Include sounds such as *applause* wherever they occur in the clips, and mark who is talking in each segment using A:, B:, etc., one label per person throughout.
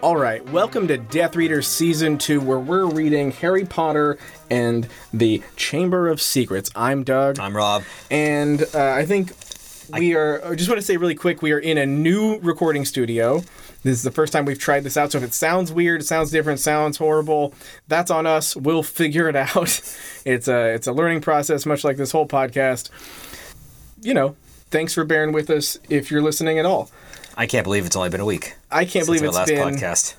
A: All right, welcome to Death Reader Season 2, where we're reading Harry Potter and the Chamber of Secrets. I'm Doug.
B: I'm Rob.
A: and uh, I think we are. I just want to say really quick, we are in a new recording studio. This is the first time we've tried this out, so if it sounds weird, sounds different, sounds horrible, that's on us. We'll *laughs* figure it out. It's a it's a learning process, much like this whole podcast. You know, thanks for bearing with us if you're listening at all.
B: I can't believe it's only been a week.
A: I can't
B: since
A: believe
B: our
A: it's
B: last
A: been
B: podcast.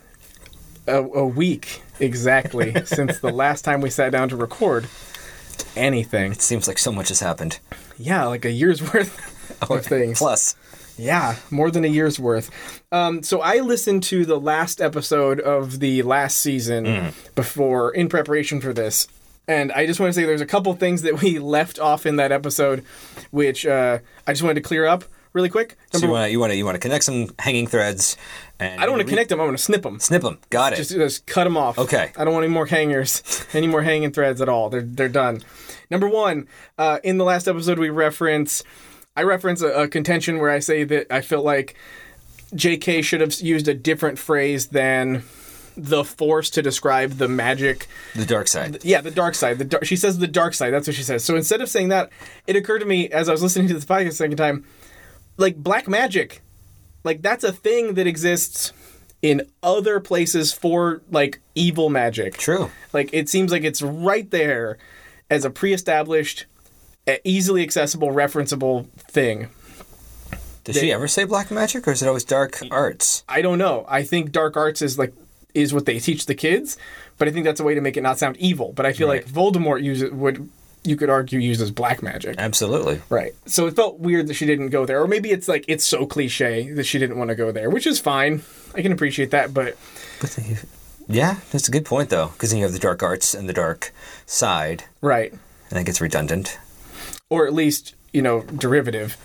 A: a, a week
B: *laughs*
A: exactly since the last time we sat down to record anything.
B: It seems like so much has happened.
A: Yeah, like a year's *laughs* worth of things.
B: Plus,
A: Yeah, more than a year's worth. Um, so I listened to the last episode of the last season
B: Mm.
A: before in preparation for this. And I just want to say there's a couple things that we *laughs* left off in that episode, which uh, I just wanted to clear up really quick.
B: so
A: Number
B: you
A: one,
B: want to you want to you want to connect some hanging threads, and
A: I don't want to connect them. I want to snip them.
B: Snip them. Got it.
A: Just, just cut them off.
B: Okay.
A: I don't want any more hangers, any more hanging threads at all. They're they're done. Number one, uh, in the last episode we reference, I reference a, a contention where I say that I felt like J.K. should have used a different phrase than the force to describe the magic
B: the dark side.
A: yeah, the dark side. The dark, she says the dark side. That's what she says. So instead of saying that, it occurred to me as I was listening to this podcast the second time, like black magic, like that's a thing that exists in other places for like evil magic.
B: True.
A: Like it seems like it's right there as a pre-established, uh, easily accessible, referenceable thing.
B: Did she ever say black magic, or is it always dark arts?
A: I don't know. I think dark arts is like is what they teach the kids, but I think that's a way to make it not sound evil. But I feel like Voldemort uses would you could argue uses black magic.
B: Absolutely.
A: Right. So it felt weird that she didn't go there. Or maybe it's like it's so cliche that she didn't want to go there, which is fine. I can appreciate that, but
B: But the, yeah, that's a good point though, because then you have the dark arts and the dark side,
A: right.
B: and that gets redundant.
A: Or at least, you know, derivative.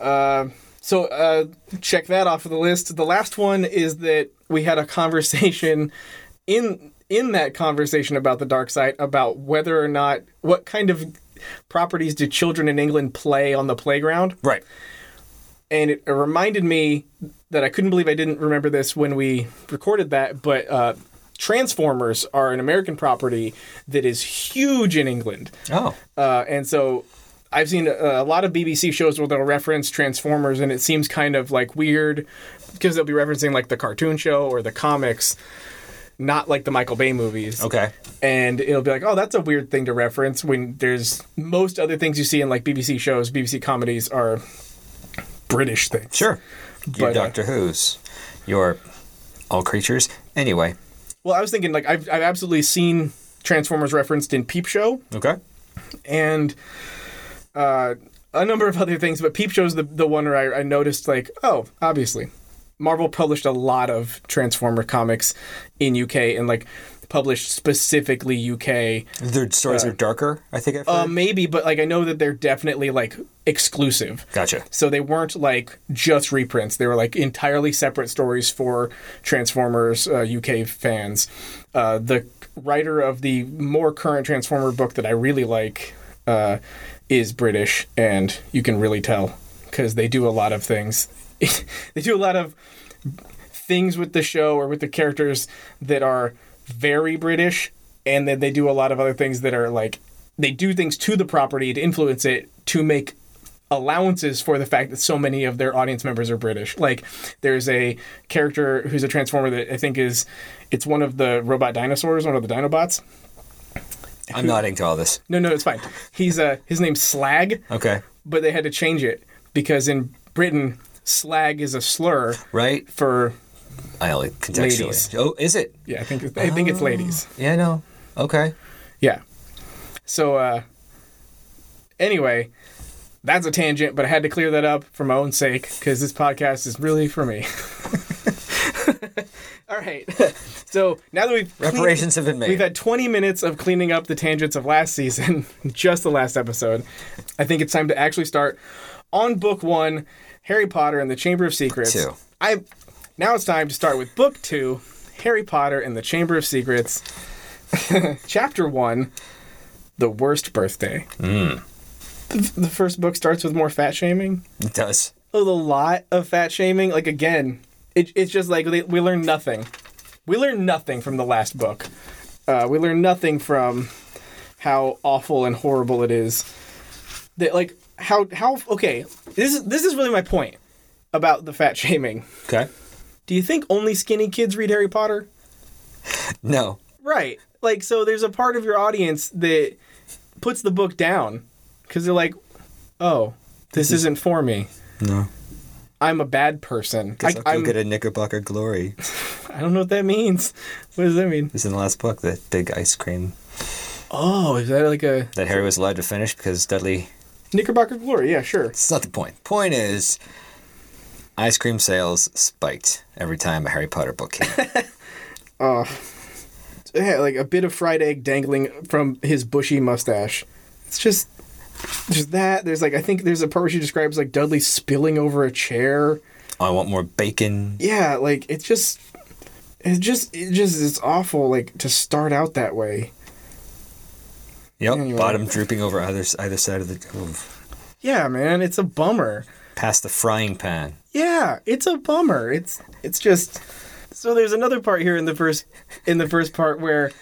A: Uh, so uh, check that off of the list. The last one is that we had a conversation *laughs* in in that conversation about the dark side about whether or not what kind of properties do children in England play on the playground.
B: Right.
A: and it reminded me that I couldn't believe I didn't remember this when we recorded that, but uh, Transformers are an American property that is huge in England.
B: Oh,
A: Uh, and so I've seen a, a lot of BBC shows where they'll reference Transformers, and it seems kind of like weird because they'll be referencing like the cartoon show or the comics, not like the Michael Bay movies
B: okay.
A: and it'll be like, oh, that's a weird thing to reference when there's most other things you see in like BBC shows, BBC comedies are British things.
B: Sure. Your
A: But, uh,
B: Doctor Who's, your all creatures. Anyway.
A: Well, I was thinking like I've I've absolutely seen Transformers referenced in Peep Show
B: Okay.
A: and uh, a number of other things, but Peep Show's the the one where I, I noticed like, oh, obviously, Marvel published a lot of Transformer comics in UK and like published specifically UK
B: Their stories are darker. I think I've heard.
A: Uh, maybe, but like I know that they're definitely like exclusive.
B: Gotcha.
A: So they weren't like just reprints. They were like entirely separate stories for Transformers uh, UK fans. Uh, the writer of the more current Transformer book that I really like uh, is British, and you can really tell because they do a lot of things. *laughs* they do a lot of things with the show or with the characters that are very British, and then they do a lot of other things that are like they do things to the property to influence it to make allowances for the fact that so many of their audience members are British. Like there's a character who's a transformer that I think is it's one of the robot dinosaurs, one of the Dinobots.
B: I'm nodding to all this.
A: No, no, it's fine. He's uh his name's Slag,
B: Okay.
A: but they had to change it because in Britain slag is a slur
B: Right?
A: for
B: I only contextually.
A: Ladies.
B: Oh, is it? Oh.
A: yeah, I think it's- I think it's ladies.
B: Yeah, no. Okay.
A: Yeah. So uh anyway, that's a tangent, but I had to clear that up for my own sake cuz this podcast is really for me. *laughs* All right. So, now that we've cleaned-
B: Reparations have been made.
A: We've had 20 minutes of cleaning up the tangents of last season, *laughs* just the last episode. I think it's time to actually start on book 1, Harry Potter and the Chamber of Secrets.
B: Two.
A: I now it's time to start with book 2, Harry Potter and the Chamber of Secrets. *laughs* Chapter 1, The Worst Birthday. The, the first book starts with more fat shaming
B: It does.
A: a lot of fat shaming. Like again, It, it's just like they, we learn nothing. We learn nothing from the last book. Uh, we learn nothing from how awful and horrible it is. That like how how okay. This is this is really my point about the fat shaming.
B: Okay.
A: Do you think only skinny kids read Harry Potter?
B: No.
A: Right. Like so there's a part of your audience that puts the book down cuz they're like, "Oh, this isn't for me.
B: No.
A: I'm a bad person."
B: Guess
A: I,
B: I'll go
A: I'm,
B: get a Knickerbocker glory.
A: I don't know what that means. *laughs* What does that mean?
B: This is in the last book, that big ice cream
A: Oh, is that like a
B: that Harry was allowed to finish because Dudley.
A: Knickerbocker glory? Yeah, sure.
B: It's not the point. Point is, ice cream sales spiked every time a Harry Potter book came.
A: *laughs*
B: out.
A: Yeah, like a bit of fried egg dangling from his bushy mustache. It's just there's that. There's like I think there's a part where she describes like Dudley spilling over a chair.
B: I want more bacon.
A: yeah, like it's just it's just it just it's awful like to start out that way.
B: Yep.
A: Anyway.
B: Bottom drooping over either s- either side of the oof.
A: Yeah, man, it's a bummer.
B: past the frying pan.
A: Yeah, it's a bummer. It's it's just so there's another part here in the first in the first part where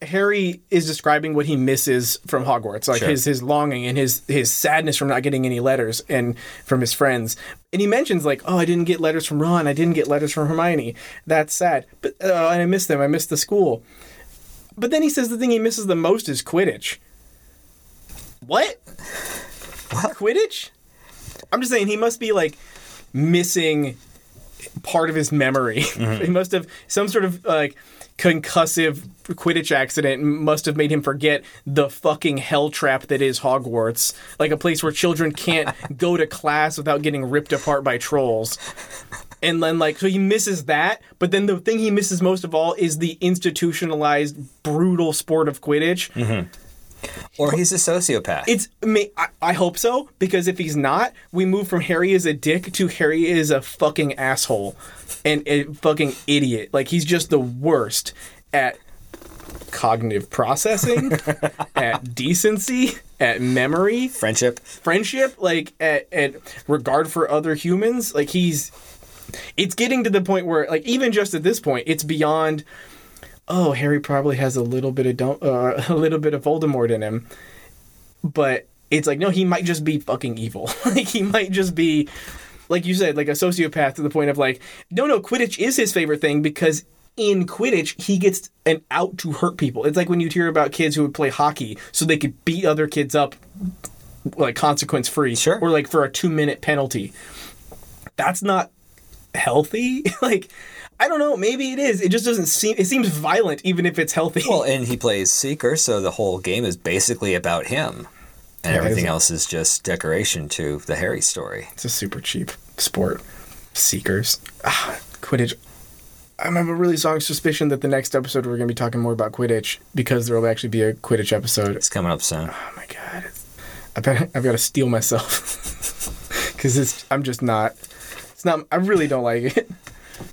A: Harry is describing what he misses from Hogwarts, like
B: Sure.
A: his his longing and his his sadness from not getting any letters and from his friends. And he mentions like, "Oh, I didn't get letters from Ron. I didn't get letters from Hermione. That's sad. But uh, and I miss them. I miss the school." But then he says the thing he misses the most is Quidditch. What?
B: What?
A: Quidditch? I'm just saying he must be like missing part of his memory. *laughs* he must have some sort of like concussive Quidditch accident must have made him forget the fucking hell trap that is Hogwarts, like a place where children can't go to class without getting ripped apart by trolls. And then like so he misses that, but then the thing he misses most of all is the institutionalized brutal sport of Quidditch.
B: Or he's a sociopath.
A: It's I mean, I, I hope so because if he's not, we move from Harry is a dick to Harry is a fucking asshole and a fucking idiot. Like he's just the worst at cognitive processing, at decency, at memory,
B: Friendship.
A: friendship, like at, at regard for other humans. Like he's it's getting to the point where like even just at this point, it's beyond oh, Harry probably has a little bit of don't, uh, *laughs* a little bit of Voldemort in him. But it's like no, he might just be fucking evil. *laughs* like he might just be like you said, like a sociopath to the point of like, no, no, Quidditch is his favorite thing because in Quidditch he gets an out to hurt people. It's like when you hear about kids who would play hockey so they could beat other kids up, like consequence free,
B: Sure.
A: or like for a two minute penalty. That's not healthy. *laughs* like, I don't know. Maybe it is. It just doesn't seem. It seems violent, even if it's healthy.
B: Well, and he plays Seeker, so the whole game is basically about him. And everything else is just decoration to the Harry story.
A: It's a super cheap sport. Seekers. Ah, Quidditch. I have a really strong suspicion that the next episode we're going to be talking more about Quidditch because there will actually be a Quidditch episode.
B: It's coming up soon.
A: Oh my god! It's, I bet I've got to steal myself *laughs* because it's. I'm just not. It's not. I really don't like it. *laughs*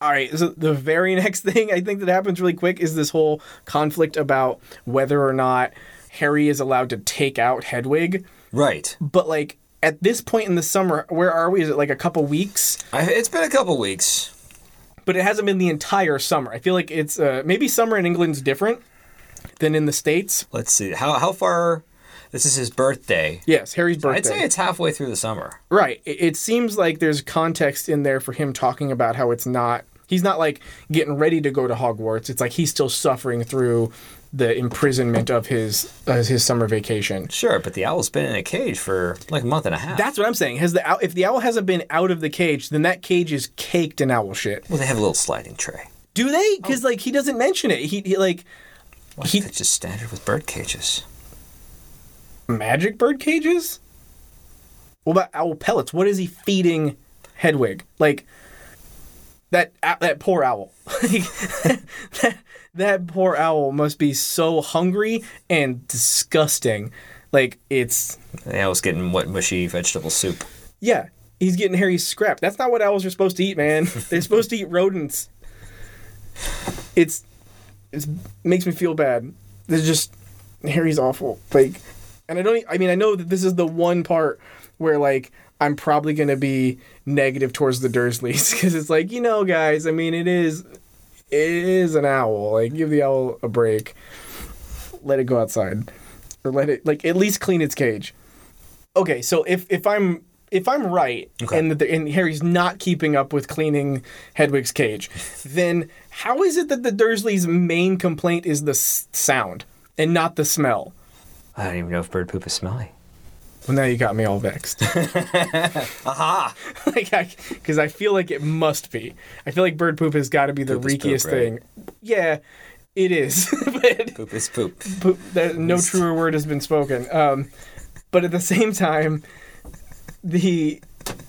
A: All right. So the very *laughs* next thing I think that happens really quick is this whole conflict about whether or not Harry is allowed to take out Hedwig.
B: Right.
A: But like at this point in the summer, where are we? Is it like a couple weeks?
B: I, it's been a couple weeks.
A: but it hasn't been the entire summer. I feel like it's uh, maybe summer in England's different than in the states.
B: Let's see. How, how far? This is his birthday.
A: Yes, Harry's birthday.
B: I'd say it's halfway through the summer.
A: right. It, it seems like there's context in there for him talking about how it's not. He's not like getting ready to go to Hogwarts. It's like he's still suffering through the imprisonment of his uh, his summer vacation.
B: Sure, but the owl's been in a cage for like a month and a half.
A: That's what I'm saying. Has the owl, if the owl hasn't been out of the cage, then that cage is caked in owl shit.
B: well, they have a little sliding tray.
A: Do they? Because like he doesn't mention it. He, he like he
B: It's just standard with bird cages.
A: magic bird cages? What about owl pellets? What is he feeding Hedwig? Like that that poor owl. *laughs* Like, that, that poor owl must be so hungry and disgusting. Like it's
B: The owl's getting what mushy vegetable soup.
A: yeah, he's getting Harry's scrap. That's not what owls are supposed to eat, man. They're supposed to eat rodents. It's it makes me feel bad. There's just Harry's awful. Like, and I don't. e- I mean, I know that this is the one part where like I'm probably going to be negative towards the Dursleys *laughs* because it's like, you know, guys, I mean, it is, it is an owl. Like, give the owl a break. Let it go outside, or let it like at least clean its cage. Okay, so if if I'm if I'm right
B: Okay.
A: and that the, and Harry's not keeping up with cleaning Hedwig's cage, then how is it that the Dursleys' main complaint is the s- sound and not the smell?
B: I don't even know if bird poop is smelly.
A: Well, now you got me all vexed. *laughs*
B: Aha!
A: like I, because I feel like it must be. I feel like bird poop has got to be the
B: Poop is poop,
A: reekiest
B: right?
A: thing. Yeah, it is. *laughs* but
B: Poop is poop.
A: poop, there, no truer word has been spoken. Um, but at the same time, the *laughs*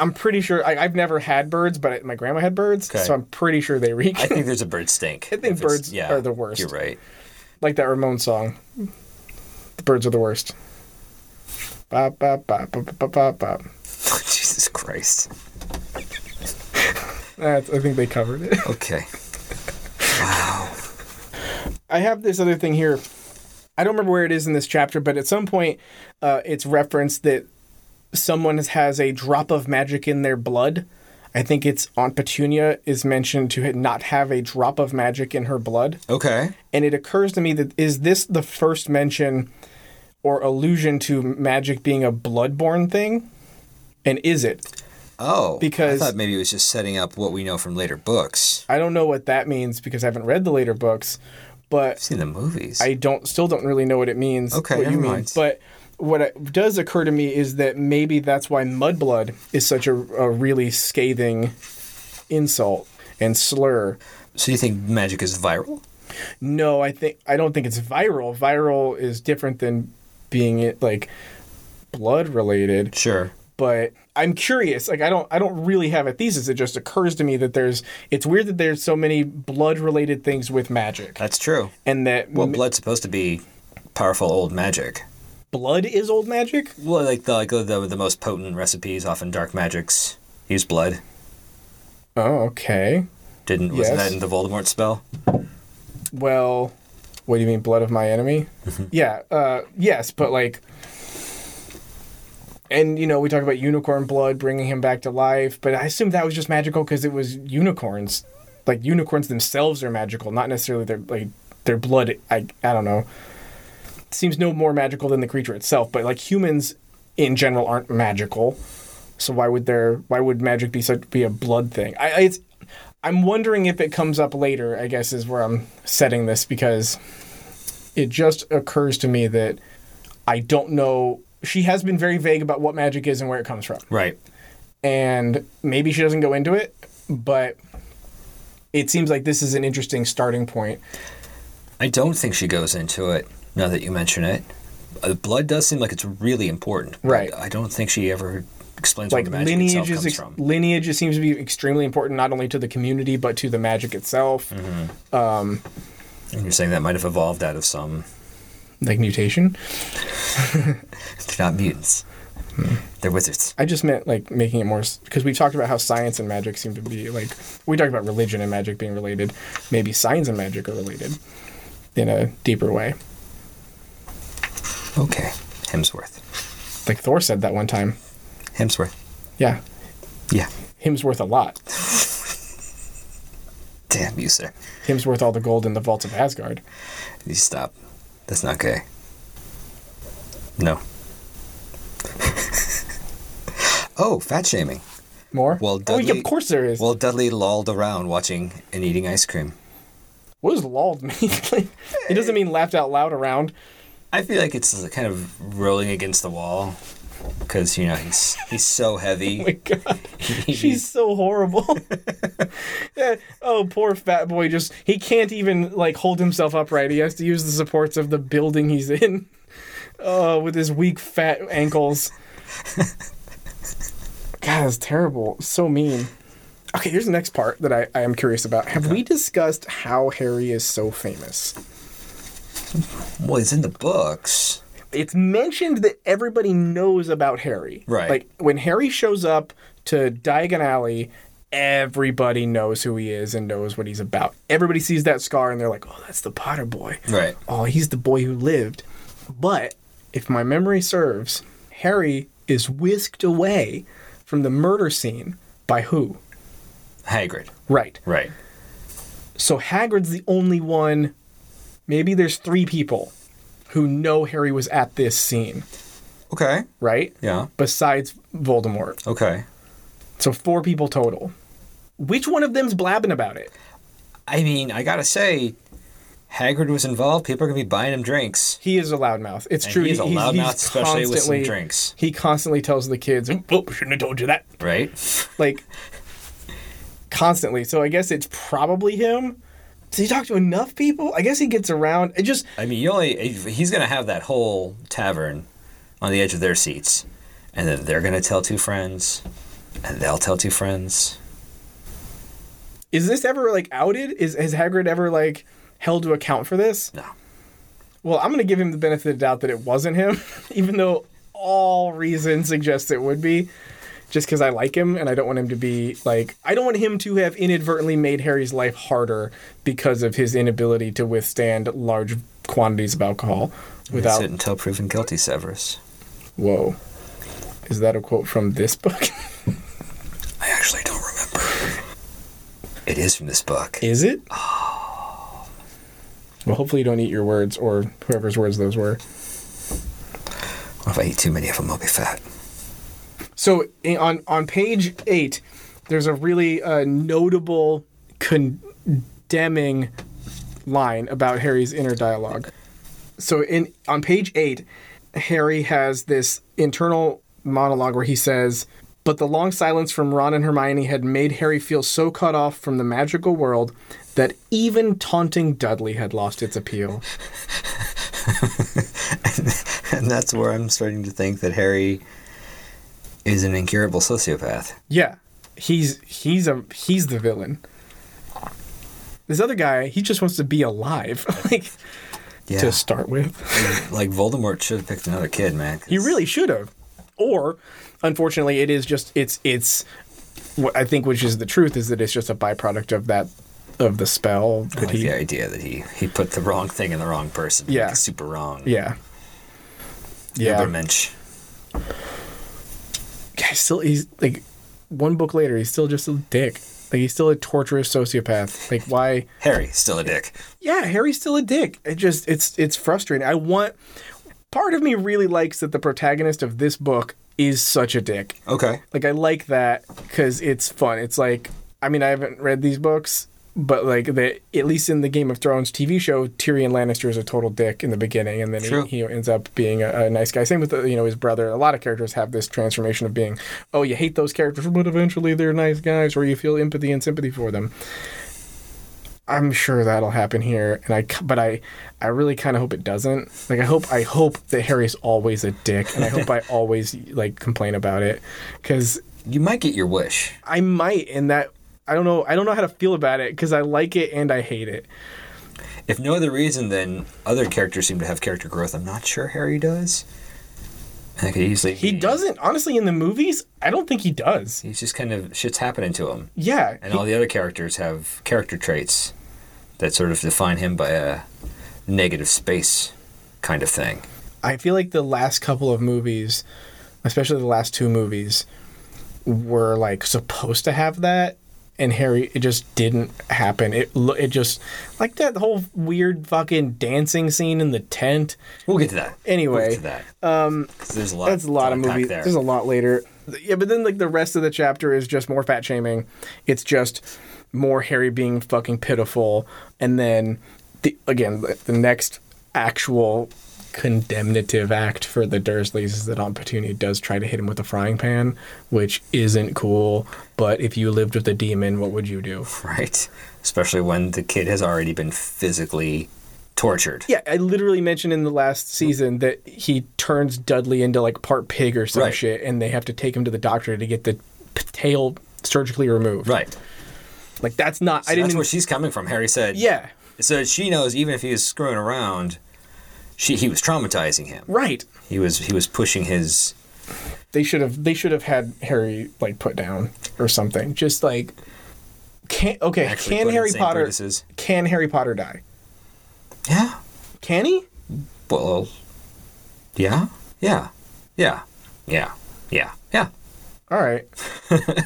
A: I'm pretty sure I, I've never had birds, but my grandma had birds,
B: Okay.
A: so I'm pretty sure they reek.
B: I think there's a bird stink. I
A: think birds are the worst.
B: You're right. *laughs*
A: like that Ramon song. The birds are the worst. Bop, bop, bop, bop, bop, bop, bop.
B: Jesus Christ.
A: That's, I think they covered it.
B: Okay.
A: I have this other thing here. I don't remember where it is in this chapter, but at some point, uh, it's referenced that someone has- has a drop of magic in their blood. I think it's Aunt Petunia is mentioned to ha- not have a drop of magic in her blood,
B: Okay.
A: and it occurs to me that is this the first mention or allusion to magic being a bloodborne thing, and is it?
B: Oh.
A: Because-
B: I thought maybe it was just setting up what we know from later books.
A: I don't know what that means because I haven't read the later books, but
B: I've seen the movies.
A: I don't still don't really know what it means.
B: Okay,
A: what
B: never
A: you mean.
B: mind.
A: But what it does occur to me is that maybe that's why Mudblood is such a, a really scathing insult and slur.
B: so you think magic is viral?
A: No, I think I don't think it's viral. Viral is different than being it like blood related.
B: Sure.
A: But I'm curious. Like I don't I don't really have a thesis. It just occurs to me that there's it's weird that there's so many blood related things with magic.
B: That's true.
A: And that
B: Well,
A: m-
B: blood's supposed to be powerful old magic.
A: blood is old magic?
B: Well, like the like the, the most potent recipes, often dark magics use blood.
A: Oh, okay.
B: Didn't wasn't
A: Yes.
B: that in the Voldemort spell?
A: Well, what do you mean, blood of my enemy? yeah, uh, yes, but like, and you know, we talk about unicorn blood bringing him back to life, but I assume that was just magical because it was unicorns. Like unicorns themselves are magical, not necessarily their like their blood. I I don't know. seems no more magical than the creature itself, but like humans in general aren't magical. So why would there why would magic be such be a blood thing? I I- it's I'm wondering if it comes up later, I guess is where I'm setting this because it just occurs to me that I don't know she has been very vague about what magic is and where it comes from.
B: Right.
A: And maybe she doesn't go into it, but it seems like this is an interesting starting point.
B: I don't think she goes into it now that you mention it. Uh, blood does seem like it's really important. but
A: Right.
B: I don't think she ever explains
A: Like
B: where the magic itself
A: lineage is
B: comes
A: ex-
B: from.
A: lineage it seems to be extremely important not only to the community but to the magic itself.
B: Mm-hmm. And you're saying that might have evolved out of some.
A: Like mutation.
B: They're not mutants. They're wizards.
A: I just meant like making it more because we talked about how science and magic seem to be like we talked about religion and magic being related. Maybe science and magic are related in a deeper way.
B: Okay. Hemsworth.
A: Like Thor said that one time.
B: Hemsworth.
A: Yeah,
B: Yeah.
A: him's worth a lot.
B: Damn you, sir.
A: Him's worth all the gold in the vaults of Asgard.
B: You stop. That's not gay. No. *laughs* oh, fat shaming.
A: More?
B: Well,
A: oh, yeah,
B: Dudley-
A: of course there is.
B: Well, Dudley lolled around watching and eating ice cream.
A: what does lolled *laughs* mean? Like, it doesn't mean laughed out loud around.
B: I feel like it's kind of rolling against the wall because you know he's he's so
A: Oh
B: *laughs* heavy.
A: my God, she's so horrible. Yeah, oh, poor fat boy. Just he can't even like hold himself upright. He has to use the supports of the building he's in. Oh, with his weak fat ankles. God, that's terrible. So mean. Okay, here's the next part that I, I am curious about. Have we discussed how Harry is so famous?
B: well, he's in the books.
A: it's mentioned that everybody knows about Harry.
B: Right.
A: Like when Harry shows up to Diagon Alley, everybody knows who he is and knows what he's about. Everybody sees that scar and they're like, "Oh, that's the Potter boy."
B: Right.
A: Oh, he's the boy who lived. But if my memory serves, Harry is whisked away from the murder scene by who?
B: Hagrid.
A: Right.
B: Right.
A: So Hagrid's the only one. Maybe there's three people who know Harry was at this scene,
B: Okay.
A: right?
B: Yeah.
A: Besides Voldemort.
B: Okay.
A: So four people total. Which one of them's blabbing about it?
B: I mean, I gotta say, Hagrid was involved. People are gonna be buying him drinks.
A: He is a loudmouth. It's
B: And
A: true.
B: he is a
A: He's- he's
B: loudmouth, especially with some
A: constantly-
B: drinks.
A: He constantly tells the kids, "Oh, shouldn't have told you that."
B: Right?
A: Like constantly. So I guess it's probably him. Does he talk to enough people? I guess he gets around. It just
B: I mean, you only he's gonna have that whole tavern on the edge of their seats, and then they're gonna tell two friends, and they'll tell two friends.
A: is this ever like outed? Is has Hagrid ever like held to account for this?
B: No.
A: Well, I'm gonna give him the benefit of the doubt that it wasn't him, *laughs* even though all reason suggests it would be. Just because I like him and I don't want him to be like I don't want him to have inadvertently made Harry's life harder because of his inability to withstand large quantities of alcohol
B: Without...
A: without
B: Sit until proven guilty, Severus.
A: Whoa. Is that a quote from this book? *laughs*
B: I actually don't remember. It is from this book.
A: Is it? Well, hopefully you don't eat your words or whoever's words those were.
B: If I eat too many of them, I'll be fat. *laughs*
A: So i- on on page eight, there's a really uh, notable condemning line about Harry's inner dialogue. So in on page eight, Harry has this internal monologue where he says, "But the long silence from Ron and Hermione had made Harry feel so cut off from the magical world that even taunting Dudley had lost its appeal."
B: and that's where I'm starting to think that Harry is an incurable sociopath.
A: Yeah, he's he's a he's the villain. This other guy, he just wants to be alive, *laughs* like
B: Yeah,
A: to start with.
B: like Voldemort should have picked another kid, man. 'cause
A: He really should have, or unfortunately, it is just it's it's. What I think, which is the truth, is that it's just a byproduct of that of the spell
B: I
A: that
B: like
A: he.
B: the idea that he he put the wrong thing in the wrong person.
A: Yeah.
B: Like, super wrong.
A: Yeah. Yeah.
B: Übermensch.
A: Guy still he's like one book later he's still just a dick. Like he's still a torturous sociopath. Like why
B: Harry still a dick.
A: yeah, Harry's still a dick. It just it's it's frustrating. I want part of me really likes that the protagonist of this book is such a dick.
B: Okay.
A: Like I like that cuz it's fun. It's like I mean, I haven't read these books, but like the at least in the Game of Thrones TV show, Tyrion Lannister is a total dick in the beginning and then
B: True.
A: he, he ends up being a, a nice guy. Same with the, you know his brother. A lot of characters have this transformation of being, oh, you hate those characters, but eventually they're nice guys or you feel empathy and sympathy for them. I'm sure that'll happen here, and I c- but I I really kind of hope it doesn't. Like I hope I hope that Harry's always a dick, and I hope I always like complain about it because
B: You might get your wish.
A: I might, and that I don't know I don't know how to feel about it because I like it and I hate it.
B: If no other reason than other characters seem to have character growth, I'm not sure Harry does. I could easily
A: He
B: be-
A: doesn't honestly in the movies. I don't think he does.
B: He's just kind of shit's happening to him.
A: Yeah,
B: and all the other characters have character traits that sort of define him by a negative space kind of thing.
A: I feel like the last couple of movies, especially the last two movies, were like supposed to have that, and Harry it just didn't happen. It lo- it just like that whole weird fucking dancing scene in the tent.
B: We'll get to that.
A: Anyway,
B: we'll get to that. Um, there's a lot.
A: That's a lot
B: to
A: of
B: unpack
A: movies.
B: There.
A: There's a lot later. Yeah, but then like the rest of the chapter is just more fat shaming. It's just more Harry being fucking pitiful, and then the again the- the next actual condemnative act for the Dursleys is that Aunt Petunia does try to hit him with a frying pan, which isn't cool. But if you lived with a demon, what would you do?
B: *laughs* right, especially when the kid has already been physically tortured.
A: Yeah, I literally mentioned in the last
B: Mm-hmm.
A: season that he turns Dudley into like part pig or some
B: Right.
A: shit, and they have to take him to the doctor to get the p- tail surgically removed.
B: Right.
A: Like that's not. I
B: I
A: didn't.
B: that's
A: Even,
B: where she's coming from. Harry said.
A: yeah.
B: So she knows even if he was screwing around, she he was traumatizing him.
A: Right.
B: He was he was pushing his
A: They should have. They should have had Harry like put down or something. Just like. Can okay?
B: Actually put
A: can
B: in
A: Harry
B: Saint
A: Potter?
B: Brutus's.
A: Can Harry Potter die?
B: yeah.
A: Can he?
B: Well, Yeah. Yeah. Yeah. Yeah. Yeah. Yeah. *laughs*
A: All right.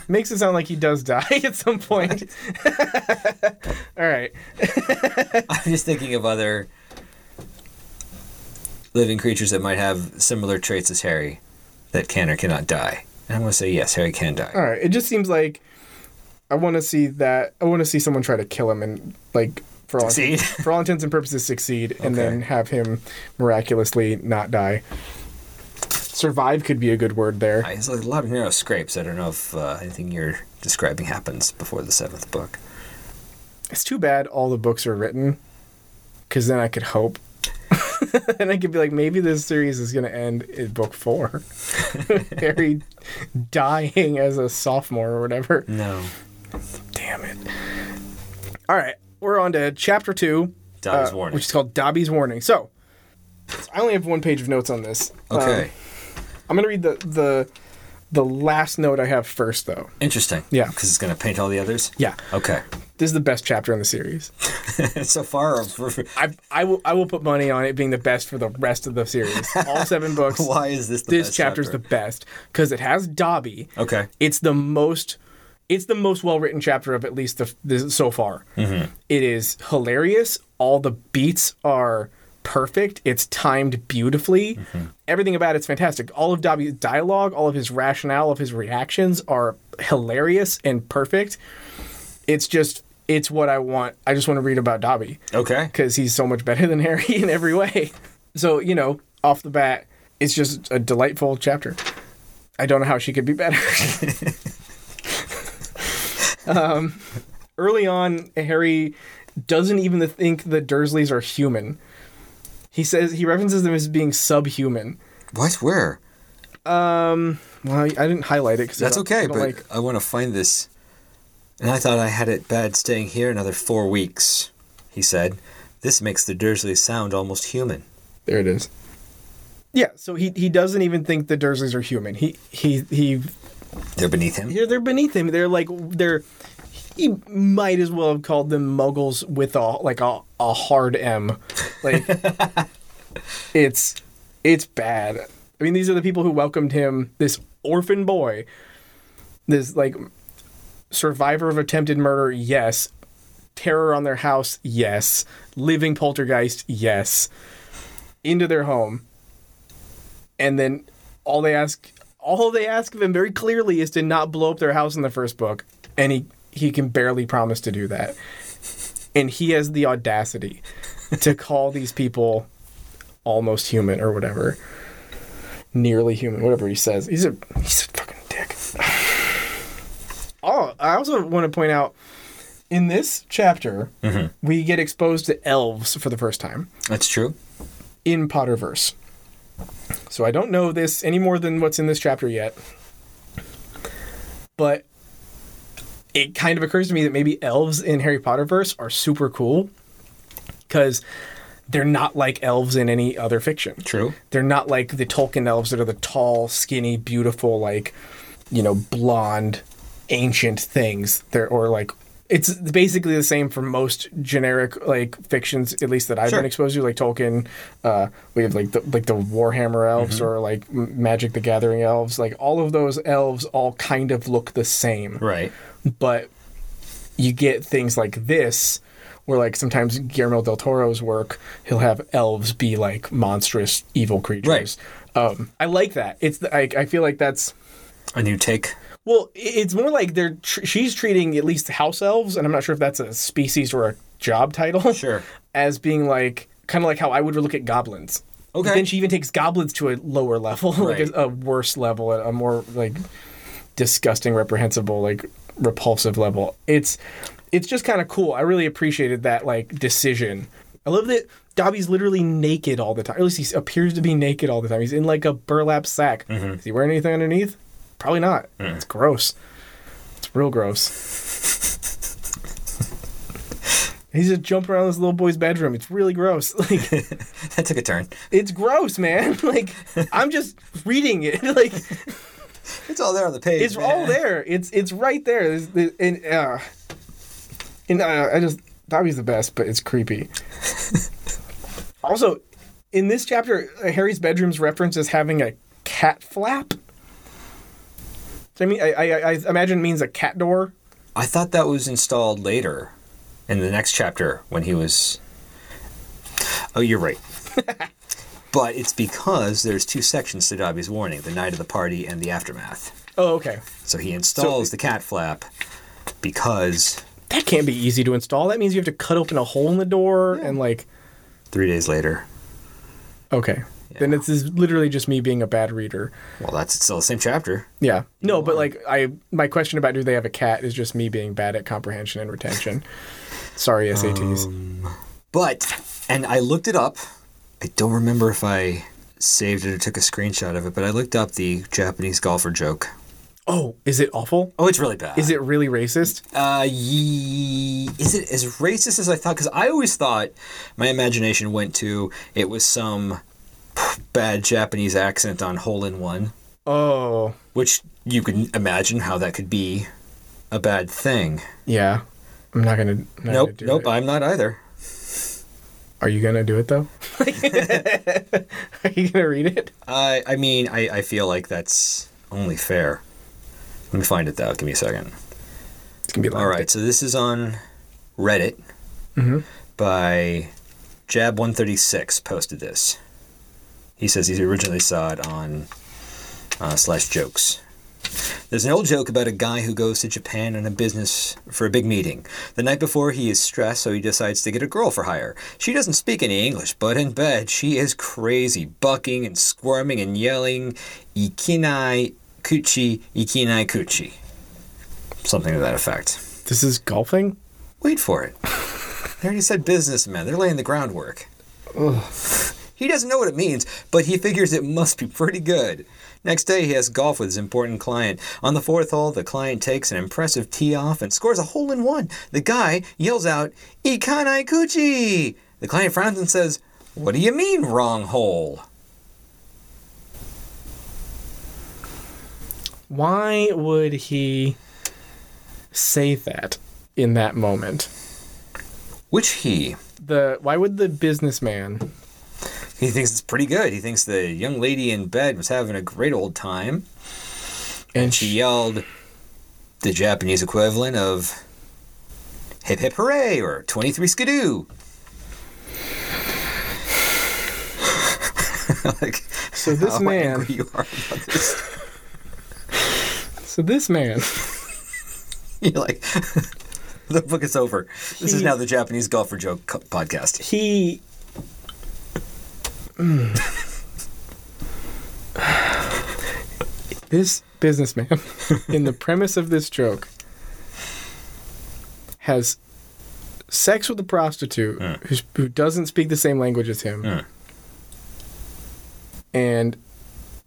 A: Makes it sound like he does die *laughs* at some point. *laughs* All right.
B: I'm just thinking of other living creatures that might have similar traits as Harry that can or cannot die. And I'm going to say yes, Harry can die.
A: All right. It just seems like I want to see that. I want to see someone try to kill him and like for all
B: Succeed.
A: for all intents and purposes succeed, and
B: Okay.
A: then have him miraculously not die. Survive could be a good word there.
B: I- There's a lot of narrow scrapes. I don't know if uh, anything you're describing happens before the seventh book.
A: It's too bad all the books are written, because then I could hope. *laughs* and I could be like, maybe this series is going to end in book four. *laughs* Harry *laughs* dying as a sophomore or whatever.
B: No.
A: Damn it. All right, we're on to chapter two,
B: Dobby's
A: uh,
B: warning.
A: which is called Dobby's Warning. So, I only have one page of notes on this. Um,
B: okay.
A: I'm gonna read the the the last note I have first, though.
B: Interesting.
A: yeah.
B: Because it's going to paint all the others?
A: Yeah,
B: Okay. *laughs*
A: this is the best chapter in the series.
B: so far, *laughs* I've-
A: I I will I will put money on it being the best for the rest of the series. All seven
B: *laughs*
A: books.
B: why is this the
A: this
B: best
A: chapter's
B: chapter?
A: the best because it has Dobby.
B: Okay.
A: It's the most. It's the most well-written chapter of at least the, the so far. It is hilarious. All the beats are perfect. It's timed beautifully. Everything about it's fantastic. All of Dobby's dialogue, all of his rationale, of his reactions are hilarious and perfect. It's just it's what I want. I just want to read about Dobby *laughs*
B: Okay.
A: because he's so much better than *laughs* Harry in every way. So, you know, off the bat, it's just a delightful chapter. I don't know how she could be better. *laughs* um, early on, Harry doesn't even think the Dursleys are human. He says he references them as being subhuman.
B: What? Where?
A: Well, I, I didn't highlight it because
B: That's
A: I
B: okay,
A: don't
B: but
A: like
B: I want to find this. And I thought I had it bad staying here another four weeks, he said. This makes the Dursleys sound almost human.
A: There it is. Yeah, so he he doesn't even think the Dursleys are human. He he he
B: They're beneath him.
A: they're, they're beneath him. They're like they're. He might as well have called them Muggles with a like a, a hard M, like it's it's bad. I mean, these are the people who welcomed him, this orphan boy, this like survivor of attempted murder. Yes, terror on their house. Yes, living poltergeist. Yes, into their home and then all they ask all they ask of him very clearly is to not blow up their house in the first book and he he can barely promise to do that and he has the audacity to call these people almost human or whatever nearly human whatever he says he's a he's a fucking dick oh i also want to point out in this chapter we get exposed to elves for the first time
B: That's true.
A: in Potterverse. So I don't know this any more than what's in this chapter yet. But it kind of occurs to me that maybe elves in Harry Potterverse are super cool because they're not like elves in any other fiction.
B: True.
A: They're not like the Tolkien elves that are the tall, skinny, beautiful, like, you know, blonde, ancient things. They're or like it's basically the same for most generic like fictions, at least that I've
B: Sure.
A: been exposed to, like Tolkien. Uh, we have like the like the Warhammer elves or like M- Magic the Gathering elves. Like all of those elves all kind of look the same
B: Right.
A: but you get things like this where like sometimes Guillermo del Toro's work, he'll have elves be like monstrous evil creatures. Um, I like that. It's the, I, I feel like that's
B: A new take. *laughs*
A: well, i- it's more like they're tr- she's treating at least house elves, and I'm not sure if that's a species or a job title.
B: Sure.
A: *laughs* as being like kind of like how I would look at goblins.
B: Okay.
A: But then she even takes goblins to a lower level, *laughs* like
B: Right.
A: a, a worse level, a a more like disgusting, reprehensible, like repulsive level. It's it's just kind of cool. I really appreciated that like decision. I love that Dobby's literally naked all the time. At least he appears to be naked all the time. He's in like a burlap sack. Is he wearing anything underneath? Probably not. It's gross. It's real gross. He's just jumping around this little boy's bedroom. It's really gross. *laughs* Like
B: That took a turn.
A: it's gross, man. *laughs* Like I'm just reading it. *laughs* Like
B: It's all there on the
A: *laughs*
B: page.
A: it's all
B: man.
A: there. It's it's right there. There's, there and uh, *laughs* and uh, I just Dobby's the best, but it's creepy. also, In this chapter, uh, Harry's bedroom's reference is having a cat flap. So I mean, I, I, I imagine it means a cat door.
B: I thought that was installed later in the next chapter when he was. Oh, you're *laughs* right. but it's because there's two sections to Dobby's warning the night of the party and the aftermath.
A: Oh, okay.
B: So he installs the cat flap because
A: That can't be easy to install. That means you have to cut open a hole in the door and like.
B: three days later,
A: Okay. Then
B: Yeah.
A: this is literally just me being a bad reader.
B: well, that's still the same chapter.
A: Yeah. No, but like I my question about do they have a cat is just me being bad at comprehension and retention. *laughs* Sorry, SATs.
B: But, and I looked it up. I don't remember if I saved it or took a screenshot of it, but I looked up the Japanese golfer joke.
A: oh, is it awful?
B: Oh, it's really bad.
A: Is it really racist?
B: Uh, ye- is it as racist as I thought? Because I always thought my imagination went to it was some bad Japanese accent on hole in one,
A: Oh,
B: which you can imagine how that could be a bad thing.
A: yeah. I'm not gonna. Not gonna
B: nope,
A: do
B: nope,
A: it.
B: I'm not either.
A: Are you gonna do it though? *laughs* Are you gonna read it?
B: I, I mean, I, I feel like that's only fair. Let me find it though. Give me a second.
A: It's gonna be like
B: All right, so this is on Reddit by Jab136 posted this. He says he originally saw it on uh, slash jokes. There's an old joke about a guy who goes to Japan on a business for a big meeting. The night before, he is stressed, so he decides to get a girl for hire. She doesn't speak any English, but in bed, she is crazy, bucking and squirming and yelling, Ikinai Kuchi, Ikinai Kuchi. Something to that effect.
A: This is golfing.
B: Wait for it. They already said businessmen. They're laying the groundwork. He doesn't know what it means, but he figures it must be pretty good. Next day, he has golf with his important client. On the fourth hole, the client takes an impressive tee off and scores a hole in one. The guy yells out, Ikanai Kuchi! The client frowns and says, What do you mean, wrong hole?
A: Why would he say that in that moment?
B: Which he?
A: The why would the businessman?
B: He thinks it's pretty good. He thinks the young lady in bed was having a great old time.
A: And
B: She yelled the Japanese equivalent of hip hip hooray or 23 skidoo. *laughs* like,
A: So this
B: how
A: man-
B: angry you are about this. *laughs*
A: So this man.
B: You're like, *laughs* the book is over. This is
A: He-
B: now the Japanese golfer joke co- podcast. *laughs*
A: he *sighs* this businessman in the premise of this joke has sex with a prostitute who's, who doesn't speak the same language as him
B: Mm.
A: and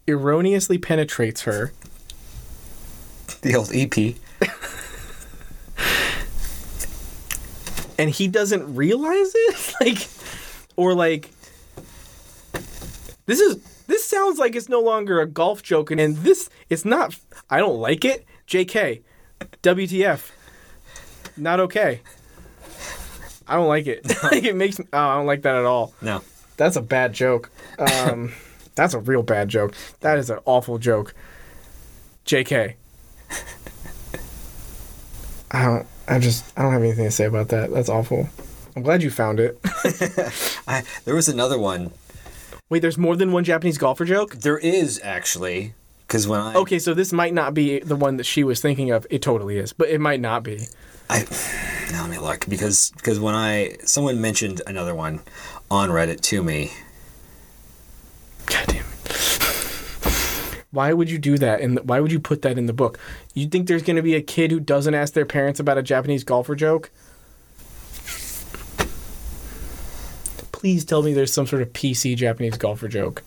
A: erroneously penetrates her
B: The old E EP.
A: and he doesn't realize it *laughs* like or like this is this sounds like it's no longer a golf joke and, and this it's not i don't like it jk wtf not okay i don't like it *laughs* like it makes me oh, i don't like that at all
B: No.
A: that's a bad joke *laughs* um that's a real bad joke that is an awful joke jk i don't i just i don't have anything to say about that that's awful i'm glad you found it *laughs*
B: I, there was another one.
A: Wait, there's more than one Japanese golfer joke?
B: There is actually, because when I.
A: Okay, so this might not be the one that she was thinking of. It totally is, but it might not be.
B: I now let me look because because when I someone mentioned another one on Reddit to me,
A: God damn it. Why would you do that? And why would you put that in the book? You think there's going to be a kid who doesn't ask their parents about a Japanese golfer joke? Please tell me there's some sort of PC Japanese golfer joke.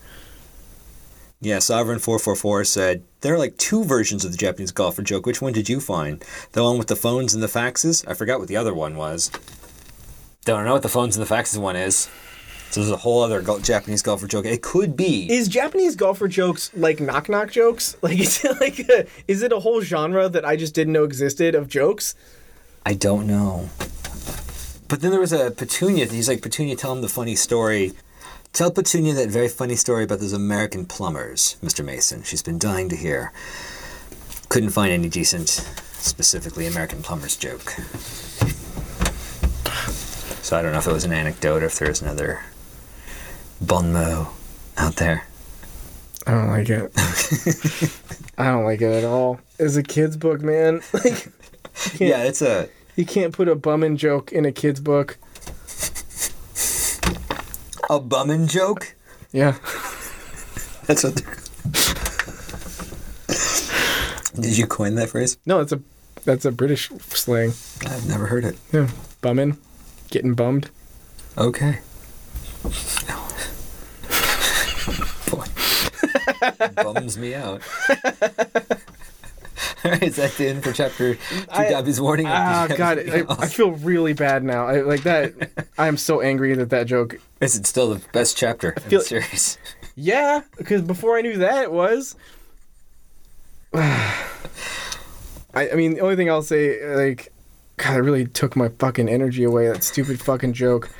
B: yeah, Sovereign four four four said there are like two versions of the Japanese golfer joke. Which one did you find? The one with the phones and the faxes? I forgot what the other one was. Don't know what the phones and the faxes one is. So there's a whole other gol Japanese golfer joke. It could be.
A: Is Japanese golfer jokes like knock knock jokes? *laughs* Like is it like a, is it a whole genre that I just didn't know existed of jokes?
B: I don't know. But then there was a Petunia. He's like Petunia, tell him the funny story. Tell Petunia that very funny story about those American plumbers, Mr. Mason. She's been dying to hear. Couldn't find any decent, specifically American plumbers joke. So I don't know if it was an anecdote or if there's another bon mot out there.
A: I don't like *laughs* it. I don't like it at all. It's a kid's book, man. *laughs* Like
B: Yeah, it's a
A: you can't put a bummin' joke in a kid's book.
B: a bummin' joke.
A: Yeah.
B: That's what. They're... Did you coin that phrase?
A: No, that's a that's a British slang.
B: I've never heard it.
A: Yeah. Bummin'. Getting bummed.
B: Okay. Boy. Bums me out. *laughs* All right, is that the end for chapter two?
A: I-
B: Dobby's warning. *laughs*
A: Ah,
B: Is
A: God, I, I feel really bad now. I, like that, I'm so angry that that joke.
B: it still the best chapter in
A: feel-
B: the series?
A: Yeah, because before I knew that it was. *sighs* I, I mean, the only thing I'll say, like, God, it really took my fucking energy away. That stupid fucking joke.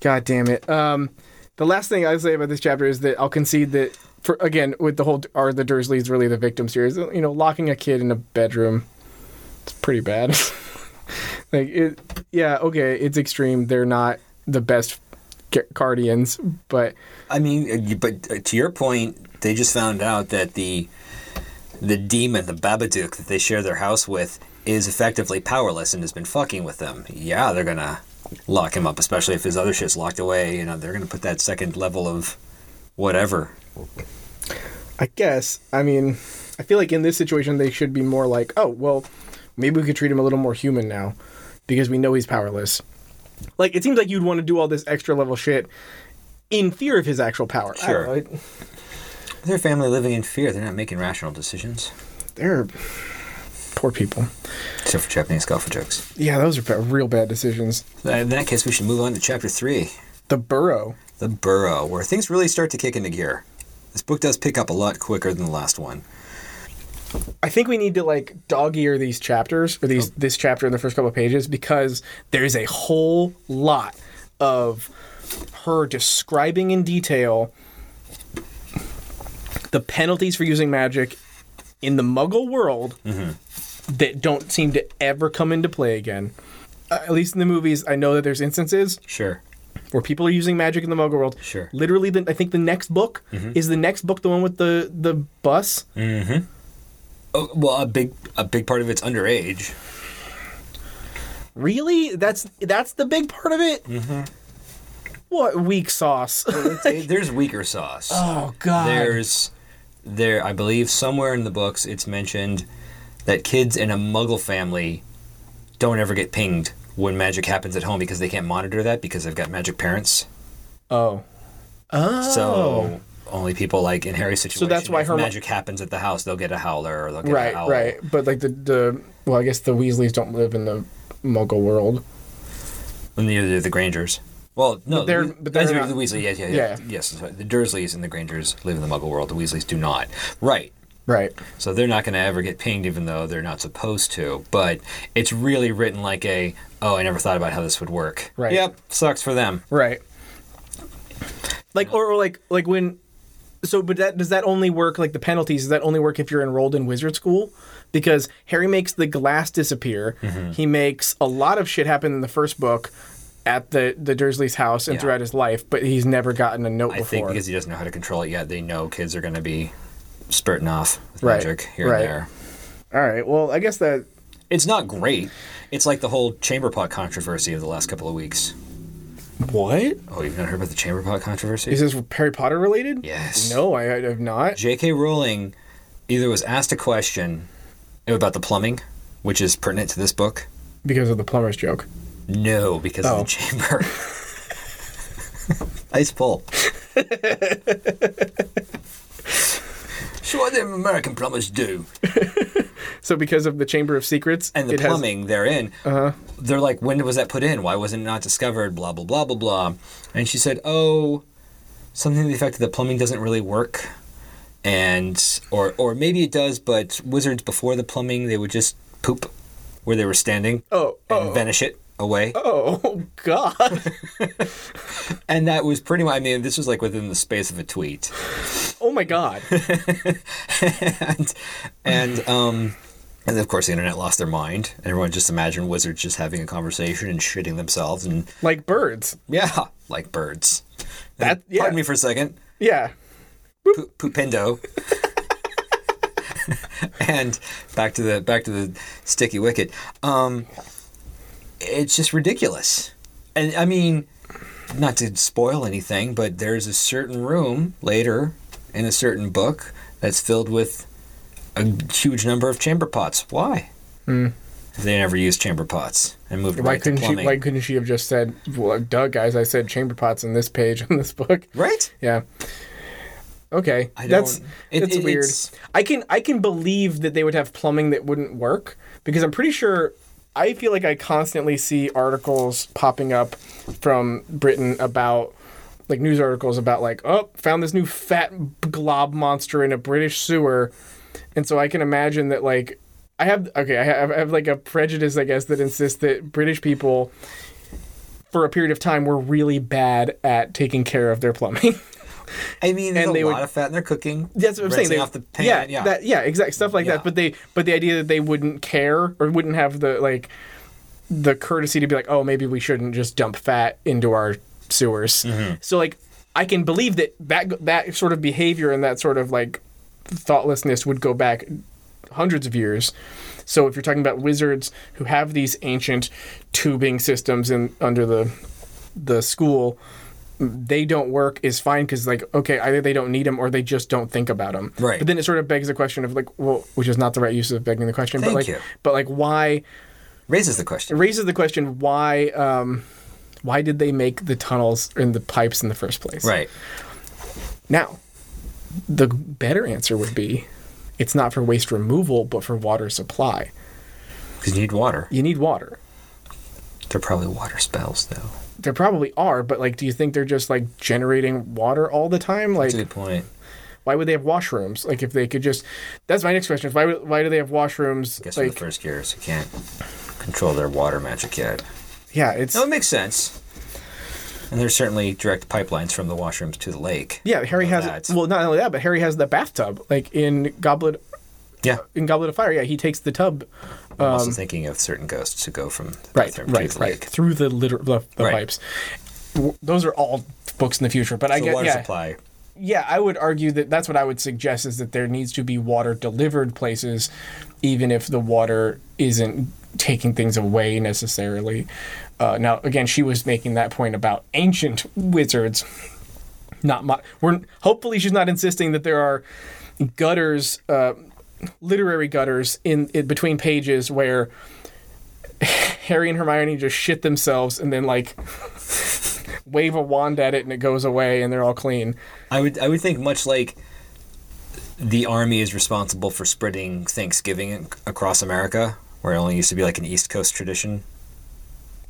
A: God damn it. Um, the last thing I'll say about this chapter is that I'll concede that, for again, with the whole are the Dursleys really the victims here? Is You know, locking a kid in a bedroom, it's pretty bad. *laughs* like it, yeah, okay, it's extreme. They're not the best gu- guardians, but
B: I mean, uh, you- but uh, to your point, they just found out that the the demon, the Babadook, that they share their house with, is effectively powerless and has been fucking with them. Yeah, they're gonna lock him up, especially if his other shit's locked away. You know, they're gonna put that second level of whatever.
A: I guess. I mean, I feel like in this situation they should be more like, oh, well, maybe we could treat him a little more human now because we know he's powerless. Like it seems like you'd want to do all this extra level shit in fear of his actual power. I don't
B: Sure.
A: know, it-
B: Their family living in fear. They're not making rational decisions.
A: They're poor people.
B: Except for Japanese golfer jokes.
A: Yeah, those are ba- real bad decisions.
B: Uh, In that case, we should move on to chapter three.
A: The burrow.
B: The Burrow, where things really start to kick into gear. This book does pick up a lot quicker than the last one.
A: I think we need to like dog ear these chapters or these this chapter in the first couple of pages because there's a whole lot of her describing in detail the penalties for using magic in the muggle world that don't seem to ever come into play again. Uh, at least in the movies, I know that there's instances
B: Sure.
A: where people are using magic in the Muggle world.
B: Sure.
A: Literally, the, I think the next book is the next book, the one with the the bus.
B: Oh, well, a big a big part of it's underage.
A: Really? That's that's the big part of it. Mm-hmm. What weak sauce?
B: There's weaker sauce.
A: *laughs* oh God!
B: There's there I believe somewhere in the books it's mentioned that kids in a muggle family don't ever get pinged when magic happens at home because they can't monitor that because they've got magic parents.
A: oh, oh.
B: So only people like in Harry's situation.
A: that's why
B: if
A: her mo-
B: magic happens at the house, they'll get a howler or they'll get
A: right,
B: an owl.
A: right. But like the the well, I guess the Weasleys don't live in the Muggle world.
B: Well, neither do the Grangers. Well, no,
A: But they're-
B: the-
A: but they're
B: that's
A: not-
B: the Weasley. Yeah, yeah, yeah.
A: Yeah.
B: Yes, that's right. the Dursleys and the Grangers live in the Muggle world. The Weasleys do not. Right.
A: Right.
B: So they're not going to ever get pinged, even though they're not supposed to. But it's really written like a, oh, I never thought about how this would work.
A: Right.
B: Yep. Sucks for them.
A: Right. Like or, or like like when so but that does that only work like the penalties does that only work if you're enrolled in wizard school? Because Harry makes the glass disappear.
B: Mm-hmm.
A: He makes a lot of shit happen in the first book at the the Dursley's house and
B: Yeah.
A: throughout his life, but he's never gotten a note
B: I
A: before.
B: think because he doesn't know how to control it yet, they know kids are going to be spurting off with
A: Right,
B: magic here
A: right.
B: and there.
A: All right. Well, I guess that
B: It's not great. It's like the whole chamber pot controversy of the last couple of weeks.
A: what
B: Oh, you've not heard about the chamber pot controversy?
A: is this Harry Potter related?
B: Yes.
A: No, I, I have not.
B: J.K. Rowling either was asked a question about the plumbing, which is pertinent to this book.
A: Because of the plumber's joke.
B: No, because
A: Oh.
B: of the chamber. *laughs*
A: *laughs*
B: Ice pole. so what them American plumbers do,
A: So because of the Chamber of Secrets
B: and the
A: it has- Uh-huh.
B: plumbing they're in, they're like, when was that put in? Why wasn't it not discovered? Blah blah blah blah blah. And she said, oh, something to the effect that the plumbing doesn't really work, and or or maybe it does, but wizards before the plumbing they would just poop where they were standing
A: Oh,
B: and
A: oh. *laughs*
B: vanish it away.
A: Oh God.
B: And that was pretty much, I mean, this was like within the space of a tweet. *laughs*
A: Oh my god.
B: and and um and of course the internet lost their mind. Everyone just imagined wizards just having a conversation and shitting themselves and
A: like birds.
B: yeah, like birds.
A: That-
B: And
A: yeah.
B: Pardon me for a second.
A: Yeah.
B: Pu- Pupindo. and back to the back to the sticky wicket. Um, it's just ridiculous. And I mean, not to spoil anything, but there's a certain room later in a certain book that's filled with a huge number of chamber pots. Why? They never used chamber pots and moved
A: Hmm. Why
B: right to
A: couldn't she?
B: plumbing.
A: Why couldn't she have just said, "Well, duh, guys, I said chamber pots in this page *laughs* in this book."
B: right?
A: Yeah. Okay,
B: I
A: that's
B: don't- it-
A: that's
B: it-
A: weird.
B: it's-
A: I can I can believe that they would have plumbing that wouldn't work because I'm pretty sure. I feel like I constantly see articles popping up from Britain about like news articles about like oh found this new fat glob monster in a British sewer, and so I can imagine that like I have okay I have, I have like a prejudice I guess that insists that British people for a period of time were really bad at taking care of their plumbing. *laughs*
B: I mean, there's
A: And
B: a
A: they
B: lot
A: would-
B: of fat in their cooking.
A: That's what I'm saying.
B: rinsing
A: They,
B: off the pan.
A: yeah,
B: yeah.
A: that- yeah, exact stuff like
B: Yeah.
A: that. But they, but the idea that they wouldn't care or wouldn't have the like, the courtesy to be like, oh, maybe we shouldn't just dump fat into our sewers.
B: Mm-hmm.
A: So like, I can believe that that that sort of behavior and that sort of like thoughtlessness would go back hundreds of years. So if you're talking about wizards who have these ancient tubing systems in under the the school they don't work is fine because like okay either they don't need them or they just don't think about them
B: Right.
A: but then it sort of begs the question of like well which is not the right use of begging the question
B: Thank
A: but like
B: you.
A: but like why
B: Raises the question.
A: it raises the question why um why did they make the tunnels and the pipes in the first place
B: Right.
A: now the better answer would be it's not for waste removal but for water supply
B: Because you need water.
A: you need water
B: They're probably water spells, though.
A: there probably are but like do you think they're just like generating water all the time like
B: That's a good point.
A: Why would they have washrooms? Like if they could just that's my next question. Why would- why do they have washrooms?
B: I guess we're
A: like
B: the first gears who can't control their water magic yet.
A: yeah, it's
B: No, it makes sense. And there's certainly direct pipelines from the washrooms to the lake.
A: yeah, Harry
B: Know
A: has
B: that.
A: well not only that, but Harry has the bathtub like in Goblet
B: Yeah.
A: in Goblet of Fire. Yeah, he takes the tub
B: I'm also thinking of certain ghosts who go from the
A: Um, right
B: bathroom
A: right
B: to the
A: right
B: lake.
A: through the liter- the, the
B: Right.
A: pipes. W- Those are all books in the future, but I
B: So
A: get
B: water
A: yeah.
B: supply.
A: Yeah, I would argue that that's what I would suggest is that there needs to be water delivered places, even if the water isn't taking things away necessarily. Uh, now, again, she was making that point about ancient wizards. Not my. We're hopefully she's not insisting that there are gutters, uh, literary gutters in, in between pages where *laughs* Harry and Hermione just shit themselves and then like *laughs* wave a wand at it and it goes away and they're all clean.
B: I would I would think much like the army is responsible for spreading Thanksgiving across America, where it only used to be like an East Coast tradition.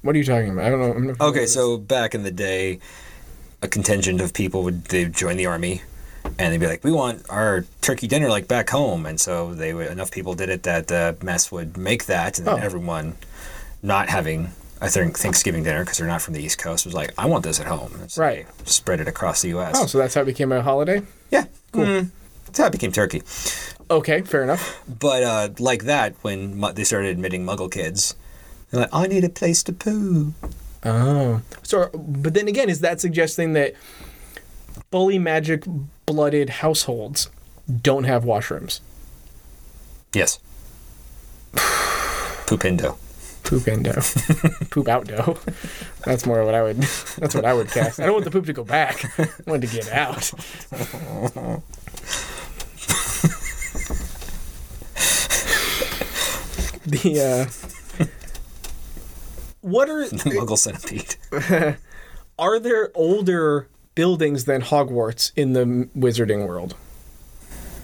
A: What are you talking about? I don't know. I'm not familiar
B: Okay,
A: with
B: so back in the day, a contingent of people would they would join the army, and they'd be like, "We want our turkey dinner like back home," and so they would, enough people did it that the mess would make that, and then
A: Oh.
B: everyone not having a Thank- Thanksgiving dinner because they're not from the East Coast was like, "I want this at home," and so they
A: Right.
B: Spread it across the U.S.
A: this. Oh, so that's how it became a holiday.
B: yeah, cool. That's how it became turkey.
A: Okay, fair enough.
B: But uh, like that, when mu- they started admitting Muggle kids, they're like, "I need a place to poo."
A: Oh, so but then again, is that suggesting that fully magic blooded households don't have washrooms?
B: Yes. Poopindo.
A: Poop endo, poop out dough. That's more what I would. That's what I would cast. I don't want the poop to go back. I want it to get out. the uh, what
B: *laughs*
A: are
B: The Muggle centipede.
A: are there older buildings than Hogwarts in the m- wizarding world?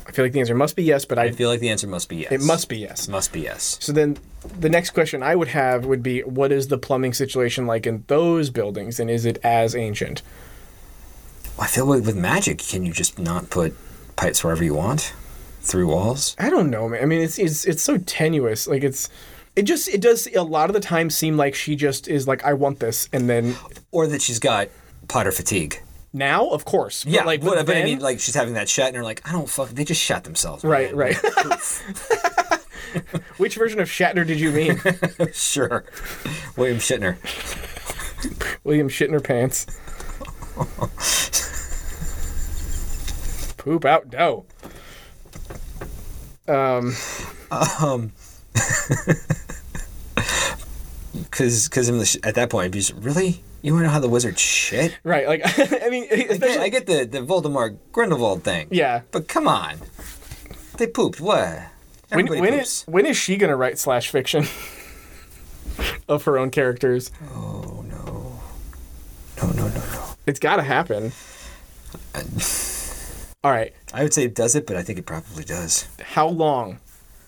A: I feel like the answer must be yes, but I,
B: I feel like the answer must be yes.
A: it must be yes.
B: Must be yes.
A: So then the next question I would have would be what is the plumbing situation like in those buildings and is it as ancient?
B: I feel like with magic, can you just not put pipes wherever you want, through walls?
A: I don't know, man. I mean it's it's it's so tenuous. Like it's it just it does a lot of the time seem like she just is like I want this and then
B: Or that she's got Potter fatigue.
A: Now, of course. But
B: Yeah,
A: like,
B: but,
A: but
B: but I
A: then-
B: mean, like she's having that shot, and they're like, I don't fuck. They just shot themselves.
A: Right,
B: man. *laughs*
A: right. *laughs* which version of Shatner did you mean?
B: *laughs* sure. William Shatner.
A: William Shitner pants. Poop out dough. Um,
B: Because because sh- at that point, he's really you want to know how the wizard shit.
A: right, like *laughs* I mean,
B: I get,
A: especially
B: I get the the Voldemort Grindelwald thing.
A: Yeah.
B: But come on, they pooped. What?
A: when,
B: Everybody
A: when
B: poops.
A: is when is she gonna write slash fiction *laughs* of her own characters?
B: Oh no. No no no no.
A: It's got to
B: *sighs*
A: happen. All right,
B: I would say it does it, but I think it probably does.
A: how long?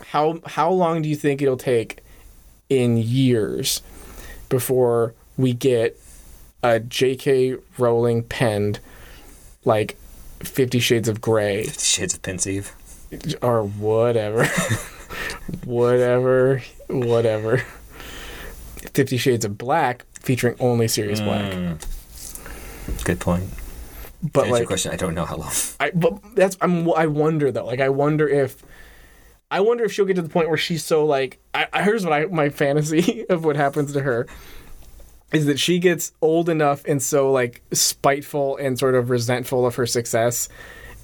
A: How how long do you think it'll take in years before we get a J.K. Rowling penned like Fifty Shades of Grey
B: Shades of Pensieve.
A: or whatever, *laughs* whatever, whatever. Fifty Shades of Black featuring only Sirius Black,
B: Good point. To
A: but
B: answer your
A: like
B: question, I don't know how long. *laughs*
A: I but that's I'm I wonder though. Like I wonder if I wonder if she'll get to the point where she's so like I I- here's what I my fantasy *laughs* of what happens to her is that she gets old enough and so like spiteful and sort of resentful of her success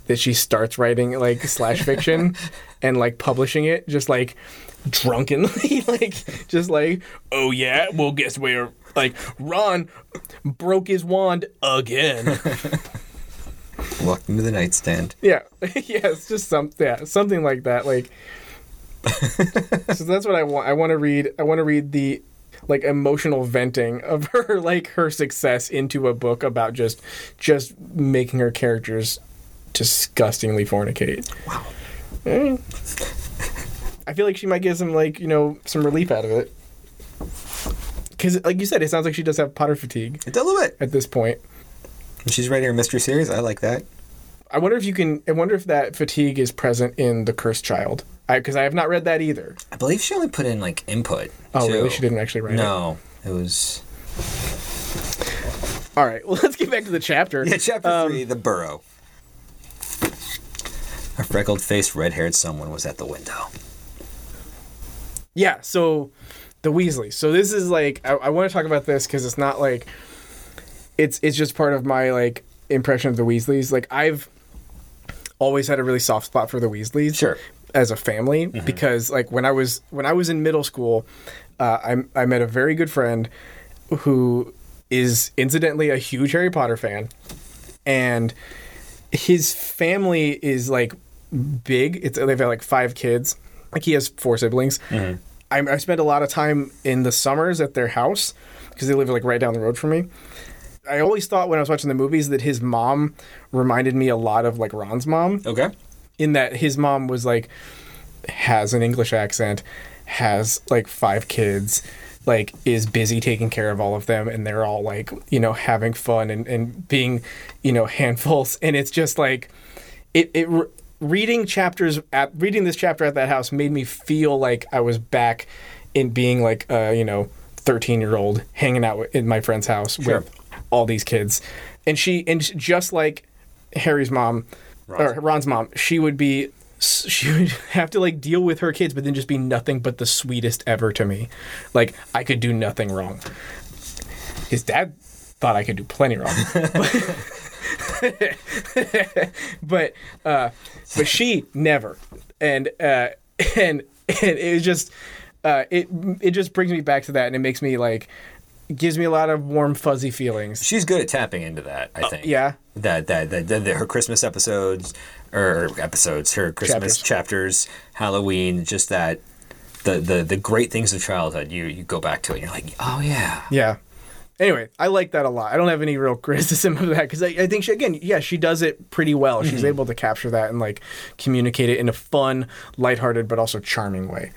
A: that she starts writing like slash fiction and like publishing it just like drunkenly *laughs* like just like oh yeah well guess where like ron broke his wand again
B: Walked into the nightstand.
A: Yeah, *laughs* yeah, it's just some yeah something like that. Like, so that's what I want. I want to read. I want to read the like emotional venting of *laughs* her like her success into a book about just just making her characters disgustingly fornicate.
B: Wow.
A: Mm. I feel like she might get some like you know some relief out of it. Because, like you said, it sounds like she does have Potter fatigue
B: It's a little bit.
A: at this point.
B: She's writing her mystery series. I like that.
A: I wonder if you can. I wonder if that fatigue is present in the Cursed Child. Because I, have not read that either.
B: I believe she only put in like input.
A: Oh,
B: too.
A: really? She didn't actually write
B: No, it was
A: it. All right. Well, *laughs* let's get back to the chapter.
B: *laughs* yeah. Chapter three, the burrow. A freckled-faced, red-haired someone was at the window.
A: Yeah. So, the Weasleys. So this is like I, I want to talk about this because it's not like it's it's just part of my like impression of the Weasleys. Like I've always had a really soft spot for the Weasleys.
B: Sure.
A: As a family, because like when I was when I was in middle school, uh, I I met a very good friend who is incidentally a huge Harry Potter fan, and his family is like big. It's they've got like five kids. Like he has four siblings. I, I spent a lot of time in the summers at their house because they live like right down the road from me. I always thought when I was watching the movies that his mom reminded me a lot of like Ron's mom
B: Okay.
A: in that his mom was like has an English accent, has like five kids, like is busy taking care of all of them, and they're all like you know having fun and and being you know *laughs* handfuls, and it's just like it it. re- Reading chapters at reading this chapter at that house made me feel like I was back in being like uh, you know thirteen year old hanging out wi- in my friend's house
B: Sure.
A: with all these kids, and she and sh- just like Harry's mom
B: Ron's.
A: or Ron's mom, she would be *laughs* she would have to like deal with her kids, but then just be nothing but the sweetest ever to me. Like I could do nothing wrong. His dad thought I could do plenty wrong, but *laughs* uh, but she never, and uh, *laughs* and and it was just uh, it it just brings me back to that, and it makes me like gives me a lot of warm fuzzy feelings.
B: She's good at tapping into that. I think.
A: yeah.
B: That that, that, that her Christmas episodes or episodes her Christmas chapters, Halloween, just that. The, the, the great things of childhood you, you go back to it and you're like oh yeah
A: Yeah. Anyway, I like that a lot. I don't have any real *laughs* criticism of that because I, I think she again, yeah, she does it pretty well.
B: Mm-hmm.
A: She's able to capture that and like communicate it in a fun, lighthearted, but also charming way.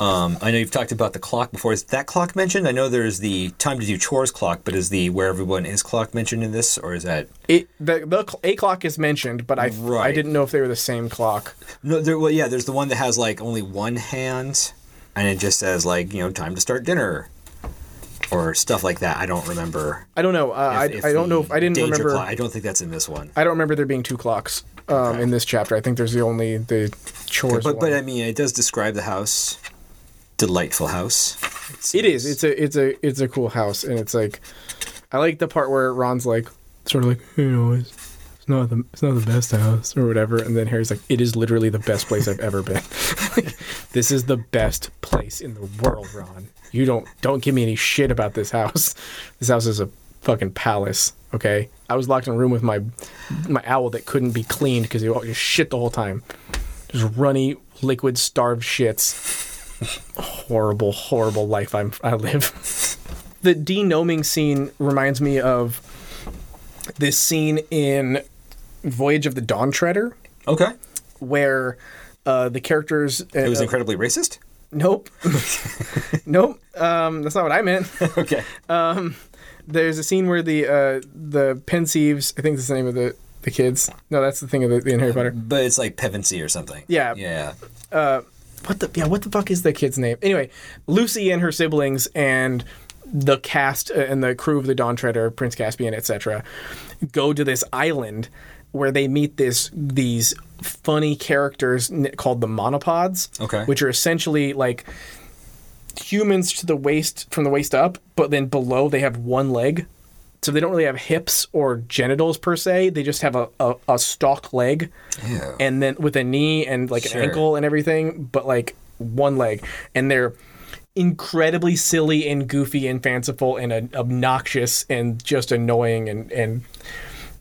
B: Um, I know you've talked about the clock before. Is that clock mentioned? I know there's the time to do chores clock, but is the where everyone is clock mentioned in this, or is that
A: It the the cl- a clock is mentioned, but I I
B: Right.
A: didn't know if they were the same clock.
B: no? There, well, yeah, there's the one that has like only one hand, and it just says like you know time to start dinner. or stuff like that. I don't remember.
A: I don't know. Uh,
B: if
A: I, I don't know.
B: the
A: If, I didn't
B: danger
A: remember.
B: clock- I don't think that's in this one.
A: I don't remember there being two clocks um, in this chapter. I think there's the only the chores.
B: But
A: one.
B: but I mean, it does describe the house. Delightful house.
A: It is. It's a it's a it's a cool house, and it's like I like the part where Ron's like sort of like you know it's, it's not the it's not the best house or whatever, and then Harry's like it is literally the best place I've ever been. *laughs* like, this is the best place in the world, Ron. You don't don't give me any shit about this house. This house is a fucking palace. Okay, I was locked in a room with my my owl that couldn't be cleaned because he was just shit the whole time. Just runny, liquid, starved shits horrible, horrible life I'm I live. *laughs* the denoming scene reminds me of this scene in Voyage of the Dawn Treader,
B: Okay.
A: where uh, the characters.
B: It was
A: *laughs*
B: incredibly racist.
A: Nope. nope. Um, that's not what I
B: *laughs*
A: meant.
B: okay.
A: There's a scene where the uh, the Pensieves, I think that's the name of the, the kids. No, that's the thing of the, in Harry Potter.
B: But it's like Pevensey or something.
A: Yeah.
B: Yeah.
A: what the yeah what the fuck is the kid's name anyway lucy and her siblings and the cast uh, and the crew of the dawn treader prince caspian etc go to this island where they meet this these funny characters n- called the monopods
B: Okay.
A: which are essentially like humans to the waist from the waist up but then below they have one leg so they don't really have hips or genitals per se they just have a, a, a stalk leg
B: Yeah.
A: and then with a knee and like
B: Sure.
A: an ankle and everything, but like one leg. And they're incredibly silly and goofy and fanciful and uh, obnoxious and just annoying and and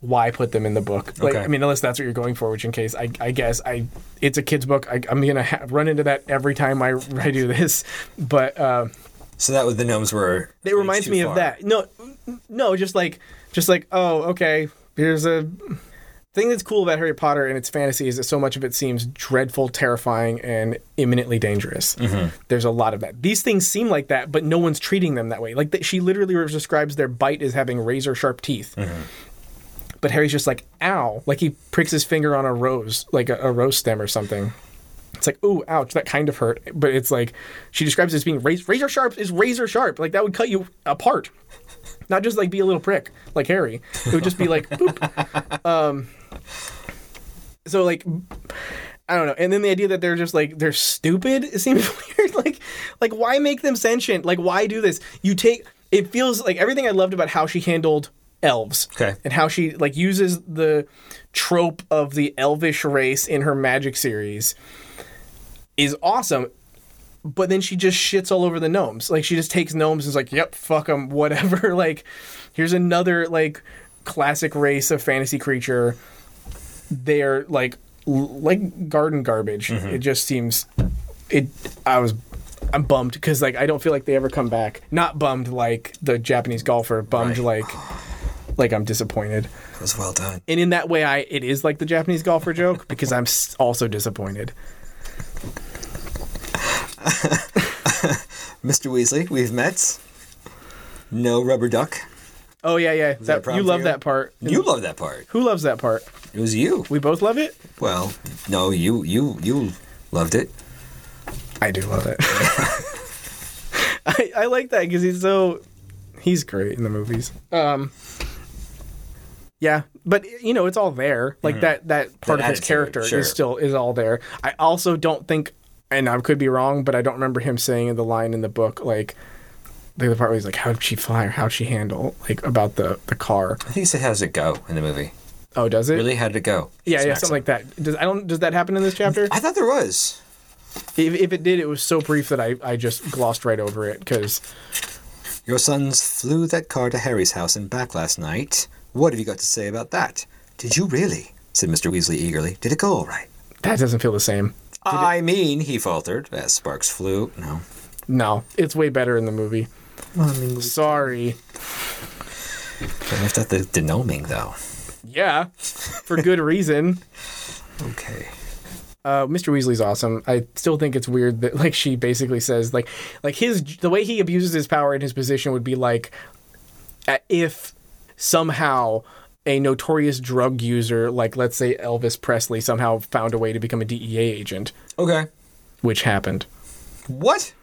A: why put them in the book? Like,
B: Okay.
A: I mean, unless that's what you're going for, which in case I, I guess I it's a kid's book. I, I'm gonna ha- run into that every time I, *laughs* I do this, but. Uh,
B: so that was the gnomes were.
A: it reminds
B: too
A: me
B: far.
A: of that. No, n- no, just like, just like, oh, okay. Here's a thing that's cool about Harry Potter and its fantasy is that so much of it seems dreadful, terrifying, and imminently dangerous.
B: Mm-hmm.
A: There's a lot of that. These things seem like that, but no one's treating them that way. Like that, she literally describes their bite as having razor sharp teeth.
B: Mm-hmm.
A: But Harry's just like, ow, like he pricks his finger on a rose, like a, a rose stem or something. It's like, ooh, ouch, that kind of hurt. But it's like, she describes it as being razor, razor sharp is razor sharp. Like that would cut you apart. Not just like be a little prick like Harry. It would just be like, boop. Um, so like, I don't know. And then the idea that they're just like they're stupid *laughs* it seems weird. like, like why make them sentient? Like why do this? You take it feels like everything I loved about how she handled elves
B: Okay.
A: and how she like uses the trope of the elvish race in her magic series is awesome but then she just shits all over the gnomes like she just takes gnomes and is like yep fuck them *laughs* whatever like here's another like classic race of fantasy creature they're like l- like garden garbage
B: Mm-hmm.
A: it just seems it i was i'm bummed because like i don't feel like they ever come back not bummed like the japanese golfer bummed like like i'm disappointed
B: That was well done.
A: and in that way i it is like the japanese golfer joke because i'm s- also disappointed
B: Mr. Weasley, we've met. No rubber duck.
A: oh yeah yeah
B: that a
A: that, you
B: problem for
A: love
B: you?
A: that part
B: You love that part.
A: who loves that part
B: It was you.
A: we both love it
B: Well, no, you you you loved it.
A: i do love it *laughs* I, I like that because he's so he's great in the movies um yeah but you know it's all there like that Mm-hmm. that part
B: That
A: of his
B: attitude,
A: character
B: sure.
A: is still is all there i also don't think and i could be wrong but i don't remember him saying the line in the book like the part where he's like how'd she fly or how'd she handle like about the the car
B: I think it said how's it go in the movie.
A: oh does it
B: Really, how did it go?
A: yeah
B: It's
A: yeah
B: an
A: something like that does i don't does that happen in this chapter
B: accent. I thought there was.
A: if, if it did it was so brief that i i just glossed right over it because
B: Your sons flew that car to Harry's house and back last night. What have you got to say about that? Did you really? said Mr. Weasley eagerly. Did it go all right?
A: that doesn't feel the same
B: I mean, he faltered as sparks flew. No.
A: no it's way better in the movie
B: Well, I mean,
A: sorry
B: I left out the denoming, though.
A: yeah for good reason
B: Okay.
A: uh, Mr. Weasley's awesome. I still think it's weird that like she basically says like like his the way he abuses his power in his position would be like uh, if somehow a notorious drug user like let's say Elvis Presley somehow found a way to become a DEA agent,
B: Okay.
A: which happened.
B: What?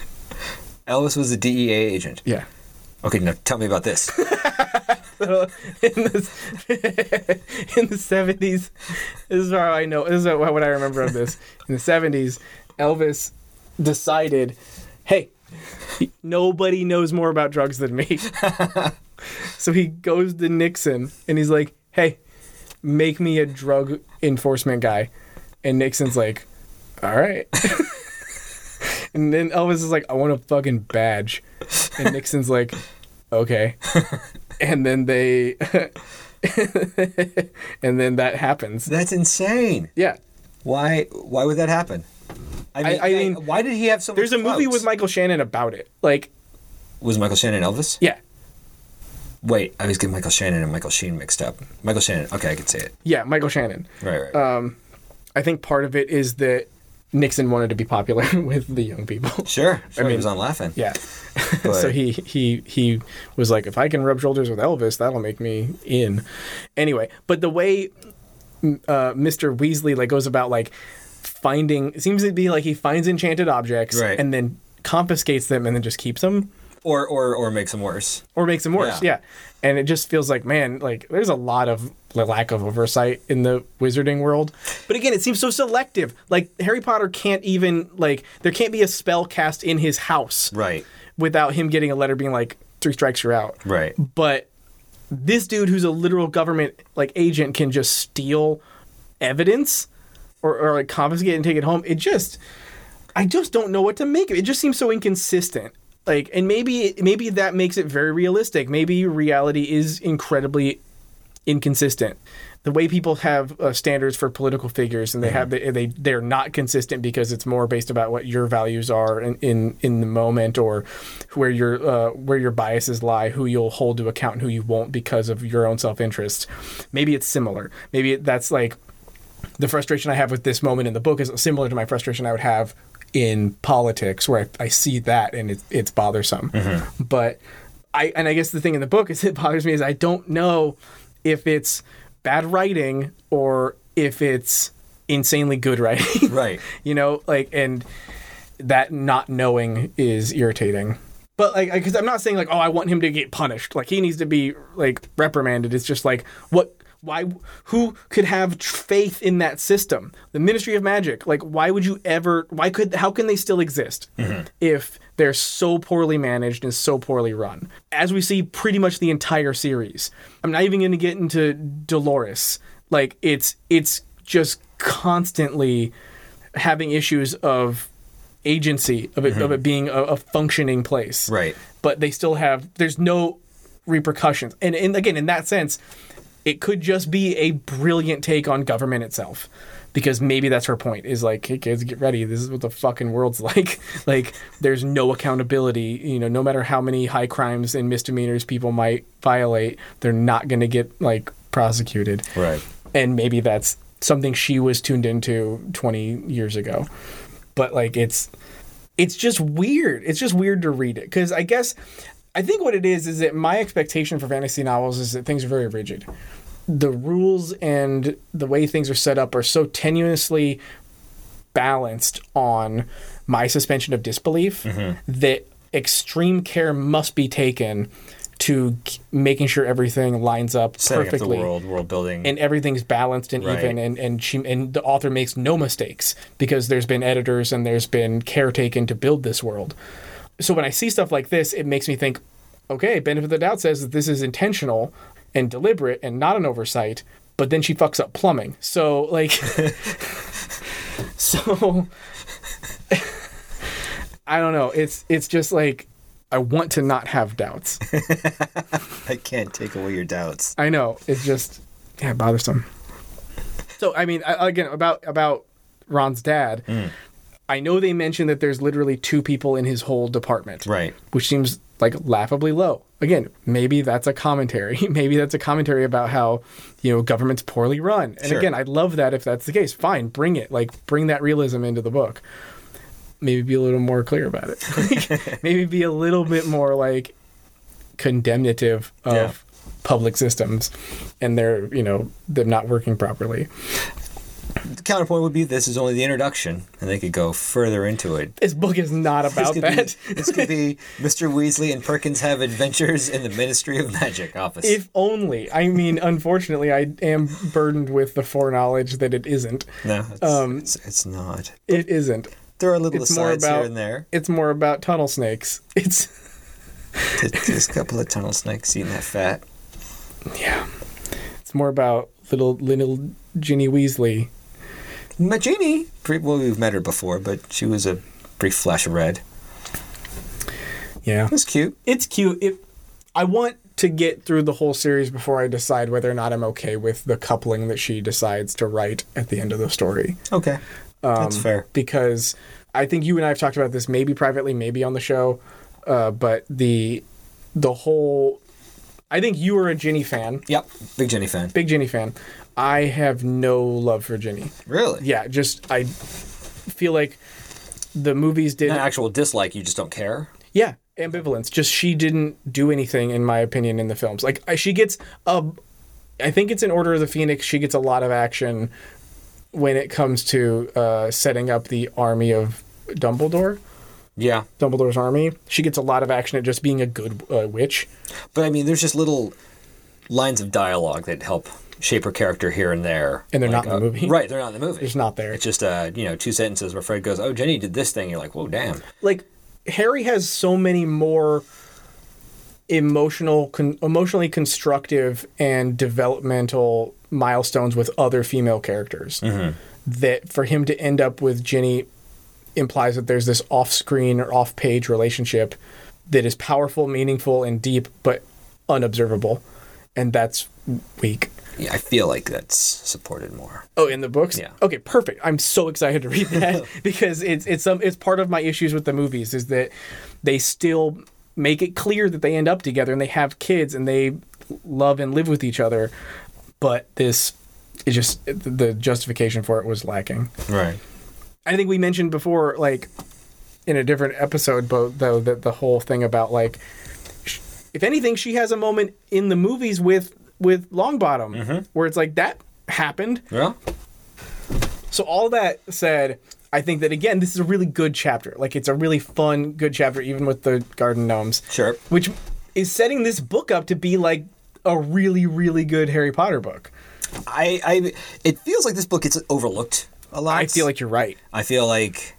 B: *laughs* Elvis was a DEA agent.
A: Yeah.
B: Okay, now tell me about this.
A: in the *laughs* in the seventies. This is how I know. This is what I remember of this. In the seventies, Elvis decided, "Hey, nobody knows more about drugs than me." so he goes to Nixon and he's like, "Hey, make me a drug enforcement guy," and Nixon's like, "All right." And then Elvis is like, I want a fucking badge. And Nixon's like, okay. and then they. *laughs* and then that happens.
B: *laughs* That's insane.
A: Yeah.
B: Why? Why would that happen? I mean,
A: I mean,
B: why did he have so?
A: There's a
B: much
A: movie
B: clout?
A: with Michael Shannon about it. Like,
B: Was Michael Shannon Elvis?
A: yeah.
B: Wait, I was getting Michael Shannon and Michael Sheen mixed up. Michael Shannon. Okay, I can say it.
A: Yeah, Michael Shannon.
B: Right, right.
A: Uh, I think part of it is that Nixon wanted to be popular *laughs* with the young people. *laughs*
B: sure. sure he
A: mean-
B: was on laughing.
A: Yeah. *laughs*
B: But,
A: so he he he was like, if I can rub shoulders with Elvis, that'll make me in. Anyway, but the way uh, Mr. Weasley like goes about like finding it seems to be like he finds enchanted objects
B: Right.
A: and then confiscates them and then just keeps them
B: or or or makes him worse.
A: or makes them worse.
B: Yeah.
A: Yeah. And it just feels like man, like there's a lot of lack of oversight in the wizarding world. But again, it seems so selective. Like Harry Potter can't even like there can't be a spell cast in his house
B: Right.
A: without him getting a letter being like three strikes you're out
B: Right.
A: but this dude who's a literal government like agent can just steal evidence or, or like confiscate it and take it home it just i just don't know what to make of it it just seems so inconsistent like and maybe maybe that makes it very realistic maybe reality is incredibly inconsistent the way people have uh, standards for political figures and they have the, they they're not consistent because it's more based about what your values are in in, in the moment or where your uh, where your biases lie who you'll hold to account and who you won't because of your own self-interest maybe it's similar maybe it- that's like the frustration I have with this moment in the book is similar to my frustration I would have in politics, where I, I see that and it, it's bothersome. But I and I guess the thing in the book is *laughs* it bothers me is I don't know if it's bad writing or if it's insanely good writing. *laughs*
B: Right.
A: you know, like and that not knowing is irritating. But like, because I'm not saying like, oh, I want him to get punished. Like he needs to be like reprimanded. It's just like what. Why? Who could have tr- faith in that system? The Ministry of Magic. Like, why would you ever? Why could? How can they still exist if they're so poorly managed and so poorly run? As we see, pretty much the entire series. I'm not even going to get into Dolores. Like, it's it's just constantly having issues of agency of it, of it being a, a functioning place
B: Right.
A: but they still have there's no repercussions and, and again in that sense it could just be a brilliant take on government itself because maybe that's her point is like hey kids get ready this is what the fucking world's *laughs* like like there's no accountability you know no matter how many high crimes and misdemeanors people might violate they're not going to get like prosecuted
B: Right.
A: and maybe that's something she was tuned into 20 years ago but like it's it's just weird it's just weird to read it because i guess i think what it is is that my expectation for fantasy novels is that things are very rigid the rules and the way things are set up are so tenuously balanced on my suspension of disbelief
B: Mm-hmm.
A: that extreme care must be taken to k- making sure everything lines up
B: Setting up
A: perfectly
B: the world, world building.
A: and everything's balanced and
B: Right.
A: even and and she and the author makes no mistakes because there's been editors and there's been care taken to build this world so when i see stuff like this it makes me think okay benefit of the doubt says that this is intentional and deliberate and not an oversight but then she fucks up plumbing so like *laughs* so *laughs* i don't know it's it's just like i want to not have doubts
B: I can't take away your doubts.
A: I know. It's just yeah, bothersome. So I mean, I, again, about about Ron's dad. I know they mentioned that there's literally two people in his whole department,
B: Right.
A: Which seems like laughably low. Again, maybe that's a commentary. *laughs* Maybe that's a commentary about how you know government's poorly run. And
B: Sure.
A: again, I love that if that's the case. Fine, bring it. Like bring that realism into the book. Maybe be a little more clear about it. *laughs*
B: *laughs*
A: Like, maybe be a little bit more like condemnative of
B: Yeah.
A: public systems and they're you know them not working properly
B: counterpoint would be this is only the introduction, and they could go further into it.
A: This book is not
B: *laughs* This
A: about
B: could,
A: that.
B: be, this could be Mr. Weasley and Perkins have adventures in the Ministry of Magic office.
A: If only. I mean, unfortunately, I am burdened with the foreknowledge that it isn't.
B: no, it's,
A: um,
B: it's, it's not.
A: It isn't.
B: There are little
A: It's more
B: asides
A: about-
B: here and there.
A: It's more about tunnel snakes. *laughs* It's
B: There's a couple of tunnel snakes eating that fat.
A: yeah. It's more about little little Ginny Weasley.
B: Ma- Jeannie, pre- well, we've met her before, but she was a brief flash of red.
A: Yeah.
B: It was cute.
A: It's cute. It. I want to get through the whole series before I decide whether or not I'm okay with the coupling that she decides to write at the end of the story.
B: Okay,
A: Um,
B: that's fair.
A: because I think you and I have talked about this maybe privately, maybe on the show, uh, but the the whole. I think you are a Ginny fan,
B: Yep, big Jenny fan.
A: big Ginny fan. I have no love for Ginny.
B: Really?
A: Yeah, just I feel like the movies did.
B: Not actual dislike. You just don't care.
A: Yeah, ambivalence. Just she didn't do anything, in my opinion, in the films. Like I, she gets a, I think it's in Order of the Phoenix. She gets a lot of action when it comes to uh, setting up the army of Dumbledore.
B: Yeah,
A: Dumbledore's army. She gets a lot of action at just being a good uh, witch.
B: but I mean, there's just little lines of dialogue that help shape her character here and there. uh,
A: And they're not in the movie.
B: Right, they're not in the movie.
A: It's not there.
B: It's just uh, you know, two sentences where Fred goes, "Oh, Jenny did this thing." You're like, "Whoa, damn."
A: Like Harry has so many more emotional, con- emotionally constructive and developmental milestones with other female characters that for him to end up with Ginny implies that there's this off-screen or off-page relationship that is powerful, meaningful, and deep, but unobservable, and that's weak.
B: Yeah, I feel like that's supported more.
A: Oh, in the books.
B: Yeah.
A: Okay, perfect. I'm so excited to read that *laughs* because it's it's some it's part of my issues with the movies is that they still make it clear that they end up together and they have kids and they love and live with each other, but this it just the justification for it was lacking.
B: Right.
A: I think we mentioned before, like in a different episode, but though that the whole thing about like, sh- if anything, she has a moment in the movies with with Longbottom where it's like that happened.
B: Yeah.
A: So all that said, I think that again, this is a really good chapter. Like it's a really fun, good chapter, even with the garden gnomes.
B: Sure.
A: Which is setting this book up to be like a really, really good Harry Potter book.
B: I, I, it feels like this book gets overlooked a lot.
A: I feel like you're right.
B: I feel like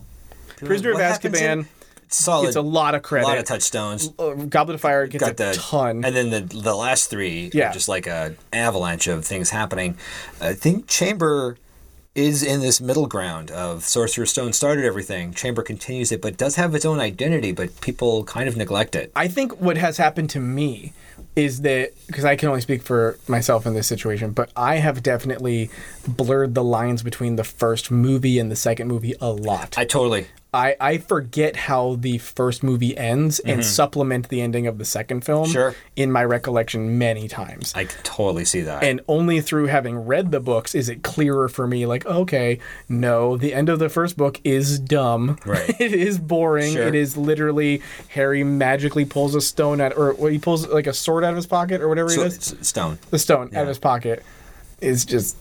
A: Prisoner
B: What
A: of
B: happens in-
A: Azkaban
B: solid.
A: gets a lot of
B: a
A: credit.
B: lot of touchstones.
A: Uh, Goblet of Fire gets
B: Got
A: a
B: the
A: ton.
B: and then the the last three
A: Yeah.
B: are just like a avalanche of things happening. I think Chamber is in this middle ground of Sorcerer's Stone started everything. Chamber continues it, but does have its own identity, but people kind of neglect it.
A: I think what has happened to me is that because I can only speak for myself in this situation, but I have definitely blurred the lines between the first movie and the second movie a lot.
B: I totally.
A: I, I forget how the first movie ends and supplement the ending of the second film
B: Mm-hmm. Sure.
A: in my recollection many times.
B: I can totally see that.
A: and only through having read the books is it clearer for me like okay no the end of the first book is dumb
B: Right.
A: *laughs* it is boring
B: Sure.
A: it is literally harry magically pulls a stone out or well, he pulls like a sword out of his pocket or whatever
B: so,
A: it is
B: it's Stone.
A: the stone out of his pocket is just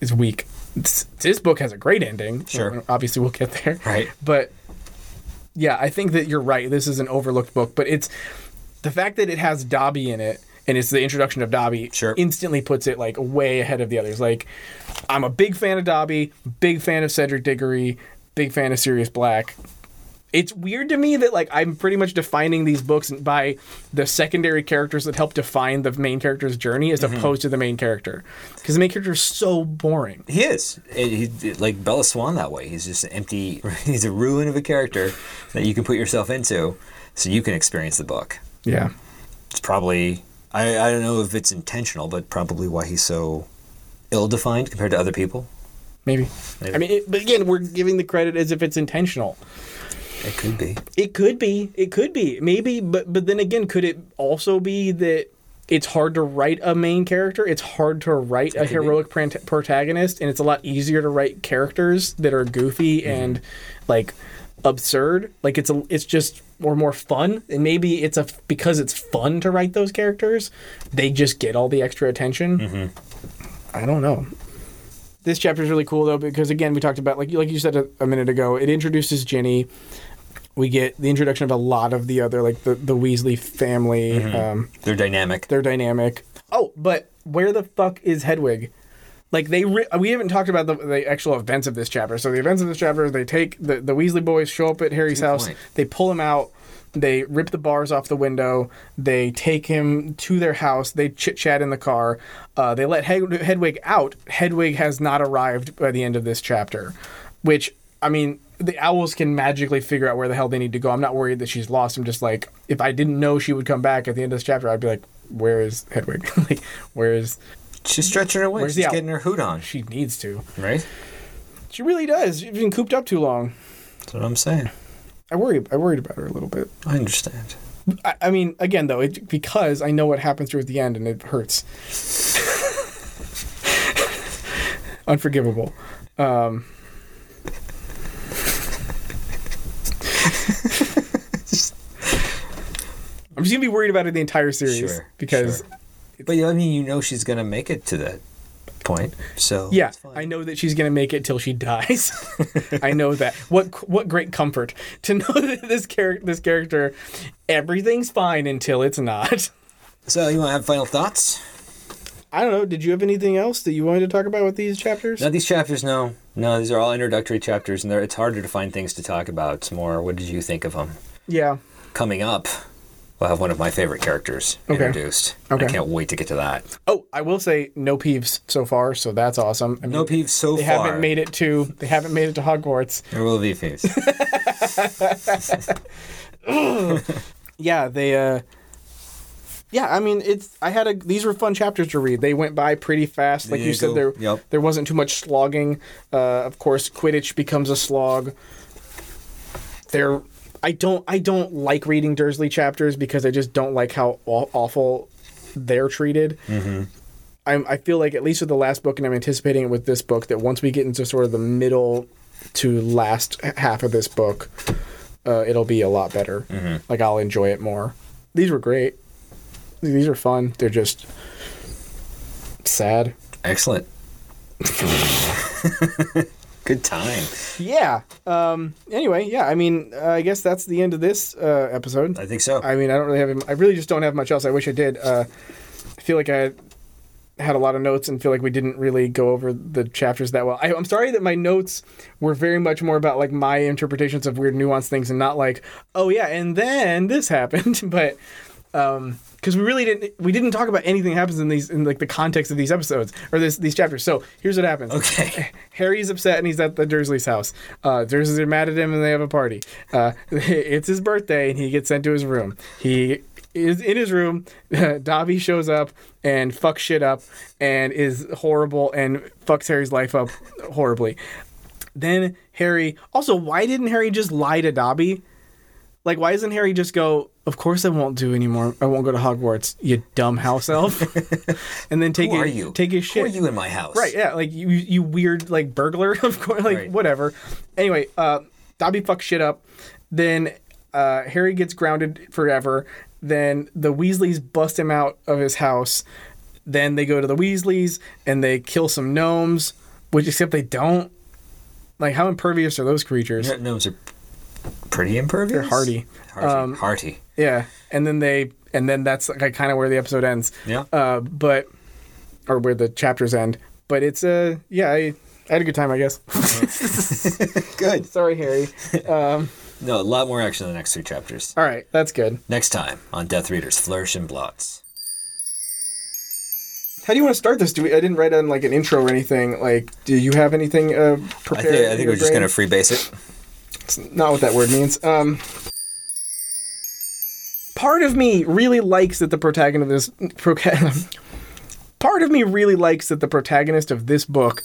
A: is weak It's- this book has a great ending
B: Sure.
A: obviously we'll get there
B: Right.
A: but yeah, I think that you're right. This is an overlooked book, but it's the fact that it has Dobby in it and it's the introduction of Dobby
B: Sure.
A: instantly puts it like way ahead of the others. Like I'm a big fan of Dobby, big fan of Cedric Diggory, big fan of Sirius Black. It's weird to me that like I'm pretty much defining these books by the secondary characters that help define the main character's journey as
B: Mm-hmm.
A: opposed to the main character. Because the main character is so boring.
B: He is. And he, like Bella Swan that way. He's just an empty, *laughs* he's a ruin of a character that you can put yourself into so you can experience the book.
A: Yeah.
B: It's probably, I, I don't know if it's intentional, but probably why he's so ill defined compared to other people.
A: Maybe.
B: Maybe.
A: I mean, it, but again, we're giving the credit as if it's intentional.
B: It could be.
A: It could be. It could be. Maybe, but but then again, could it also be that it's hard to write a main character? It's hard to write a
B: be.
A: heroic prant- protagonist, and it's a lot easier to write characters that are goofy and like absurd. Like it's a, it's just or more fun, and maybe it's a because it's fun to write those characters, they just get all the extra attention. I don't know. This chapter is really cool though because again we talked about like like you said a, a minute ago, it introduces Ginny. We get the introduction of a lot of the other like the the Weasley family, um,
B: They're dynamic.
A: their dynamic. Oh, but where the fuck is Hedwig? Like they, re- we haven't talked about the, the actual events of this chapter. So the events of this chapter, is they take the the Weasley boys show up at Harry's house.
B: point.
A: They pull him out. They rip the bars off the window. They take him to their house. They chit chat in the car. Uh, they let Hed- Hedwig out. Hedwig has not arrived by the end of this chapter, which I mean, the owls can magically figure out where the hell they need to go. I'm not worried that she's lost. I'm just like, if I didn't know she would come back at the end of this chapter, I'd be like, where is Hedwig? *laughs* like, where is
B: She's stretching her wings.
A: the
B: She's
A: owl?
B: getting her hoot on.
A: she needs to?
B: Right?
A: She really does. She's been cooped up too long.
B: That's what I'm saying.
A: I worry. I worried about her a little bit.
B: I understand.
A: I, I mean, again though, it, because I know what happens towards the end, and it hurts. *laughs* Unforgivable. Um, *laughs* I'm just gonna be worried about it the entire series
B: Sure,
A: because
B: sure. But I mean, you know she's gonna make it to that point. So
A: yeah,
B: it's fine.
A: I know that she's gonna make it till she dies. *laughs* I know that. What what great comfort *laughs* to know that this character this character everything's fine until it's not. *laughs*
B: So you want to have final thoughts?
A: I don't know. Did you have anything else that you wanted to talk about with these chapters?
B: No, these chapters, no, no. These are all introductory chapters, and they're- it's harder to find things to talk about. It's more, what did you think of them?
A: Yeah.
B: Coming up, we'll have one of my favorite characters
A: Okay.
B: introduced.
A: Okay.
B: I can't wait to get to that.
A: Oh, I will say no peeves so far, so that's awesome. I mean,
B: No peeves so
A: They
B: far.
A: haven't made it to. They haven't made it to Hogwarts.
B: There will
A: *laughs*
B: be peeves.
A: Yeah, they. uh Yeah, I mean, it's. I had a. These were fun chapters to read. They went by pretty fast. Like
B: There
A: you
B: you
A: said,
B: go.
A: there
B: Yep.
A: there wasn't too much slogging. Uh, of course, Quidditch becomes a slog. There, I don't. I don't like reading Dursley chapters because I just don't like how aw- awful they're treated.
B: Mm-hmm.
A: I'm, I feel like at least with the last book, and I'm anticipating it with this book, that once we get into sort of the middle to last h- half of this book, uh, it'll be a lot better. Like I'll enjoy it more. These were great. These are fun. They're just sad. *laughs*
B: Excellent. Good time.
A: Yeah. Um. Anyway, yeah. I mean, uh, I guess that's the end of this uh, episode.
B: I think so.
A: I mean, I don't really have. I really just don't have much else. I wish I did. Uh, I feel like I had a lot of notes and feel like we didn't really go over the chapters that well. I, I'm sorry that my notes were very much more about like my interpretations of weird nuanced things and not like, oh yeah, and then this happened. *laughs* but um, because we really didn't, we didn't talk about anything that happens in these in like the context of these episodes or this these chapters. So here's what happens. *laughs*
B: okay.
A: Harry's upset and he's at the Dursley's house. Uh, Dursleys are mad at him and they have a party. Uh, *laughs* it's his birthday and he gets sent to his room. He is in his room. *laughs* Dobby shows up and fucks shit up and is horrible and fucks Harry's life up horribly. Then Harry. Also, why didn't Harry just lie to Dobby? Like, why doesn't Harry just go? Of course, I won't do anymore. I won't go to Hogwarts. You dumb house elf. *laughs* and then take
B: Who
A: a-
B: are you?
A: Take his shit.
B: Who are you in my house?
A: Right, yeah, like you you weird like burglar, *laughs* of course, like
B: Right.
A: whatever. Anyway, uh Dobby fucks shit up. Then uh Harry gets grounded forever. Then the Weasleys bust him out of his house. Then they go to the Weasleys and they kill some gnomes, which except they don't. Like how impervious are those creatures?
B: Your gnomes are pretty impervious.
A: They're hardy. Um,
B: Hearty. hearty.
A: Yeah, and then they, and then that's like kind of where the episode ends.
B: Yeah.
A: Uh, but, or where the chapters end. But it's uh, yeah, I, I had a good time, I guess. *laughs*
B: Good.
A: Sorry, Harry.
B: No, a lot more action in the next three chapters.
A: All right, that's good.
B: Next time on Death Readers Flourish and Blots.
A: How do you want to start this? Do we, I didn't write on like an intro or anything. Like, do you have anything uh,
B: I
A: prepared?
B: think, I
A: in
B: think
A: your
B: we're just
A: brain?
B: going to freebase it.
A: It's not what that word means. Um, part of me really likes that the protagonist *laughs* of this proca- part of me really likes that the protagonist of this book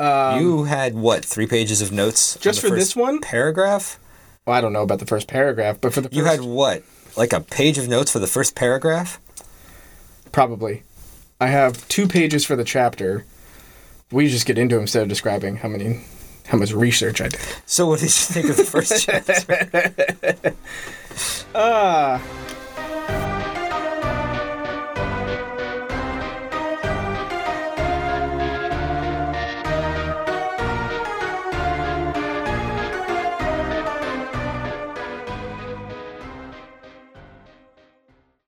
B: you had what? Three pages of notes? on
A: Um, Just for
B: the first
A: this one?
B: Paragraph?
A: Well, I don't know about the first paragraph, but for the first,
B: You had what? Like a page of notes for the first paragraph?
A: probably. I have two pages for the chapter. We just get into them instead of describing how many, how much research I did. *laughs*
B: So what did you think of the first chapter?
A: Ah,